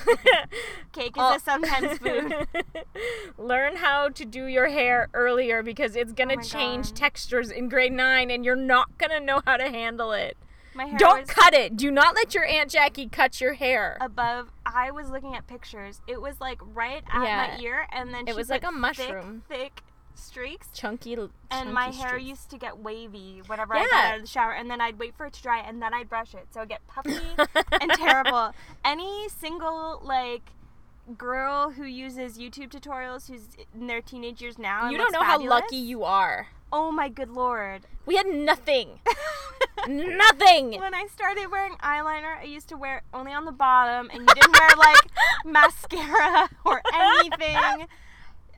Speaker 3: Cake is
Speaker 2: all-
Speaker 3: a sometimes food.
Speaker 2: Oh. [laughs] Learn how to do your hair earlier because it's gonna
Speaker 3: Oh my
Speaker 2: change
Speaker 3: God.
Speaker 2: textures in grade nine and you're not gonna know how to handle it.
Speaker 3: My hair
Speaker 2: Don't
Speaker 3: was
Speaker 2: cut it. Do not let your Aunt Jackie cut your hair.
Speaker 3: above. I was looking at pictures. It was like right at
Speaker 2: Yeah.
Speaker 3: my ear, and then
Speaker 2: It
Speaker 3: she
Speaker 2: was like
Speaker 3: put
Speaker 2: a mushroom.
Speaker 3: thick, thick streaks.
Speaker 2: chunky, l-
Speaker 3: and
Speaker 2: chunky
Speaker 3: my hair
Speaker 2: streaks.
Speaker 3: used to get wavy whenever I
Speaker 2: Yeah.
Speaker 3: got out of the shower, and then I'd wait for it to dry, and then I'd brush it, so it'd get puffy
Speaker 2: [laughs]
Speaker 3: and terrible. Any single like girl who uses YouTube tutorials who's in their teenage years now, and
Speaker 2: You don't
Speaker 3: looks
Speaker 2: know how
Speaker 3: fabulous-
Speaker 2: lucky you are.
Speaker 3: Oh my good lord!
Speaker 2: We
Speaker 3: [laughs]
Speaker 2: had nothing, nothing.
Speaker 3: when I started wearing eyeliner, I used to wear it only on the bottom, and you didn't wear
Speaker 2: [laughs]
Speaker 3: like mascara or anything.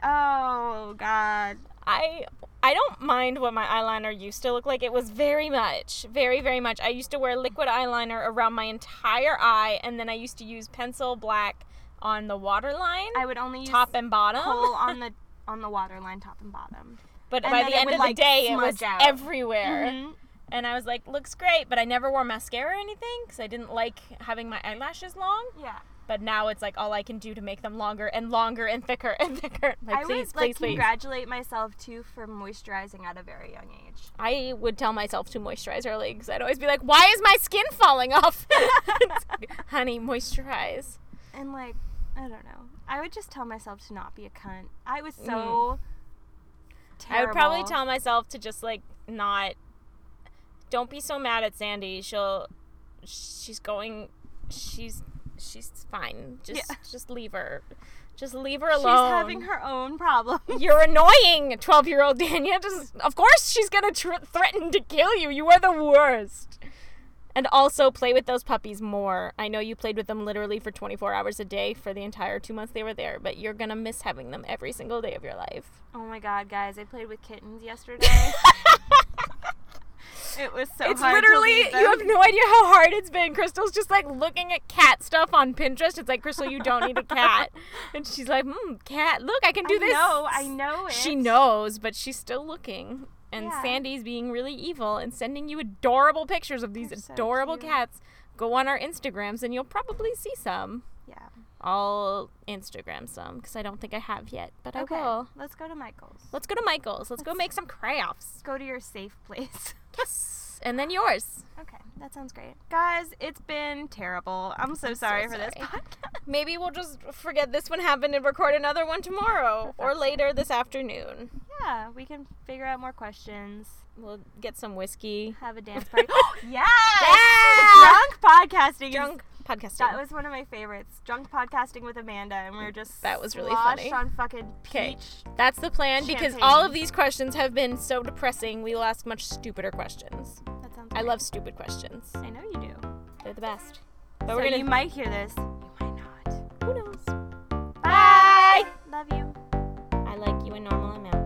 Speaker 3: Oh god.
Speaker 2: I I don't mind what my eyeliner used to look like. It was very much, very very much. I used to wear liquid eyeliner around my entire eye, and then I used to use pencil black on the waterline,
Speaker 3: I would only use
Speaker 2: top and bottom.
Speaker 3: hole on the on the water line, top and bottom.
Speaker 2: but
Speaker 3: and
Speaker 2: by
Speaker 3: then
Speaker 2: the
Speaker 3: it
Speaker 2: end
Speaker 3: would,
Speaker 2: of
Speaker 3: like,
Speaker 2: the day, it was
Speaker 3: smudge out.
Speaker 2: everywhere.
Speaker 3: Mhm.
Speaker 2: And I was like, looks great, but I never wore mascara or anything because I didn't like having my eyelashes long.
Speaker 3: Yeah.
Speaker 2: But now it's like all I can do to make them longer and longer and thicker and [laughs] thicker. Like,
Speaker 3: I
Speaker 2: please,
Speaker 3: would like
Speaker 2: please, please.
Speaker 3: congratulate myself too for moisturizing at a very young age.
Speaker 2: I would tell myself to moisturize early because I'd always be like, why is my skin falling off? [laughs] It's like, Honey, moisturize.
Speaker 3: And like, I don't know. I would just tell myself to not be a cunt. I was so
Speaker 2: Mm. I
Speaker 3: terrible.
Speaker 2: would probably tell myself to just like not. Don't be so mad at Sandy. She'll. She's going. She's. She's fine. Just
Speaker 3: Yeah.
Speaker 2: just leave her. Just leave her
Speaker 3: she's
Speaker 2: alone.
Speaker 3: having her own problem.
Speaker 2: You're annoying, 12 year old Dania. Just, of course, she's gonna tr- threaten to kill you. You are the worst. And also, play with those puppies more. I know you played with them literally for 24 hours a day for the entire two months they were there, but you're gonna miss having them every single day of your life.
Speaker 3: oh my god, guys! I played with kittens yesterday.
Speaker 2: [laughs]
Speaker 3: it was so
Speaker 2: it's
Speaker 3: hard to
Speaker 2: literally,
Speaker 3: leave
Speaker 2: you have
Speaker 3: them.
Speaker 2: no idea how hard it's been. Crystal's just like looking at cat stuff on Pinterest. It's like, Crystal, you don't need a cat. and she's like, hmm, cat, look, I can do
Speaker 3: I
Speaker 2: this.
Speaker 3: know, I know it.
Speaker 2: She knows, but she's still looking. And
Speaker 3: Yeah.
Speaker 2: Sandy's being really evil and sending you adorable pictures of these
Speaker 3: They're so
Speaker 2: adorable
Speaker 3: cute.
Speaker 2: cats. Go on our Instagrams and you'll probably see some.
Speaker 3: Yeah.
Speaker 2: I'll Instagram some because I don't think I have yet, but
Speaker 3: Okay.
Speaker 2: I will.
Speaker 3: Let's go to Michael's. Let's
Speaker 2: Let's go to Michael's. Let's go
Speaker 3: Let's-
Speaker 2: make some crafts.
Speaker 3: go to your safe place. [laughs]
Speaker 2: Yes. And then yours.
Speaker 3: okay, that sounds great. Guys, it's been terrible. I'm so sorry for this
Speaker 2: sorry. [laughs]
Speaker 3: podcast.
Speaker 2: Maybe we'll just forget this one happened and record another
Speaker 3: [laughs]
Speaker 2: one tomorrow or later this afternoon.
Speaker 3: yeah, we can figure out more questions.
Speaker 2: We'll get some whiskey. [gasps]
Speaker 3: Have a dance party. [gasps] yes! [laughs]
Speaker 2: Yeah!
Speaker 3: Drunk podcasting. is-
Speaker 2: Drunk podcasting.
Speaker 3: That was one of my favorites. Drunk podcasting with Amanda, and we were just
Speaker 2: That was really
Speaker 3: sloshed
Speaker 2: funny.
Speaker 3: on fucking
Speaker 2: 'Kay.
Speaker 3: peach.
Speaker 2: That's the plan because all
Speaker 3: Champagne.
Speaker 2: of these questions have been so depressing. We will ask much stupider questions.
Speaker 3: That sounds.
Speaker 2: I
Speaker 3: great.
Speaker 2: love stupid questions.
Speaker 3: I know you do.
Speaker 2: They're the best. But
Speaker 3: so
Speaker 2: we're
Speaker 3: you
Speaker 2: gonna.
Speaker 3: might hear this. You might not.
Speaker 2: Who knows?
Speaker 3: Bye. Love you.
Speaker 2: I like you and normal. I'm out.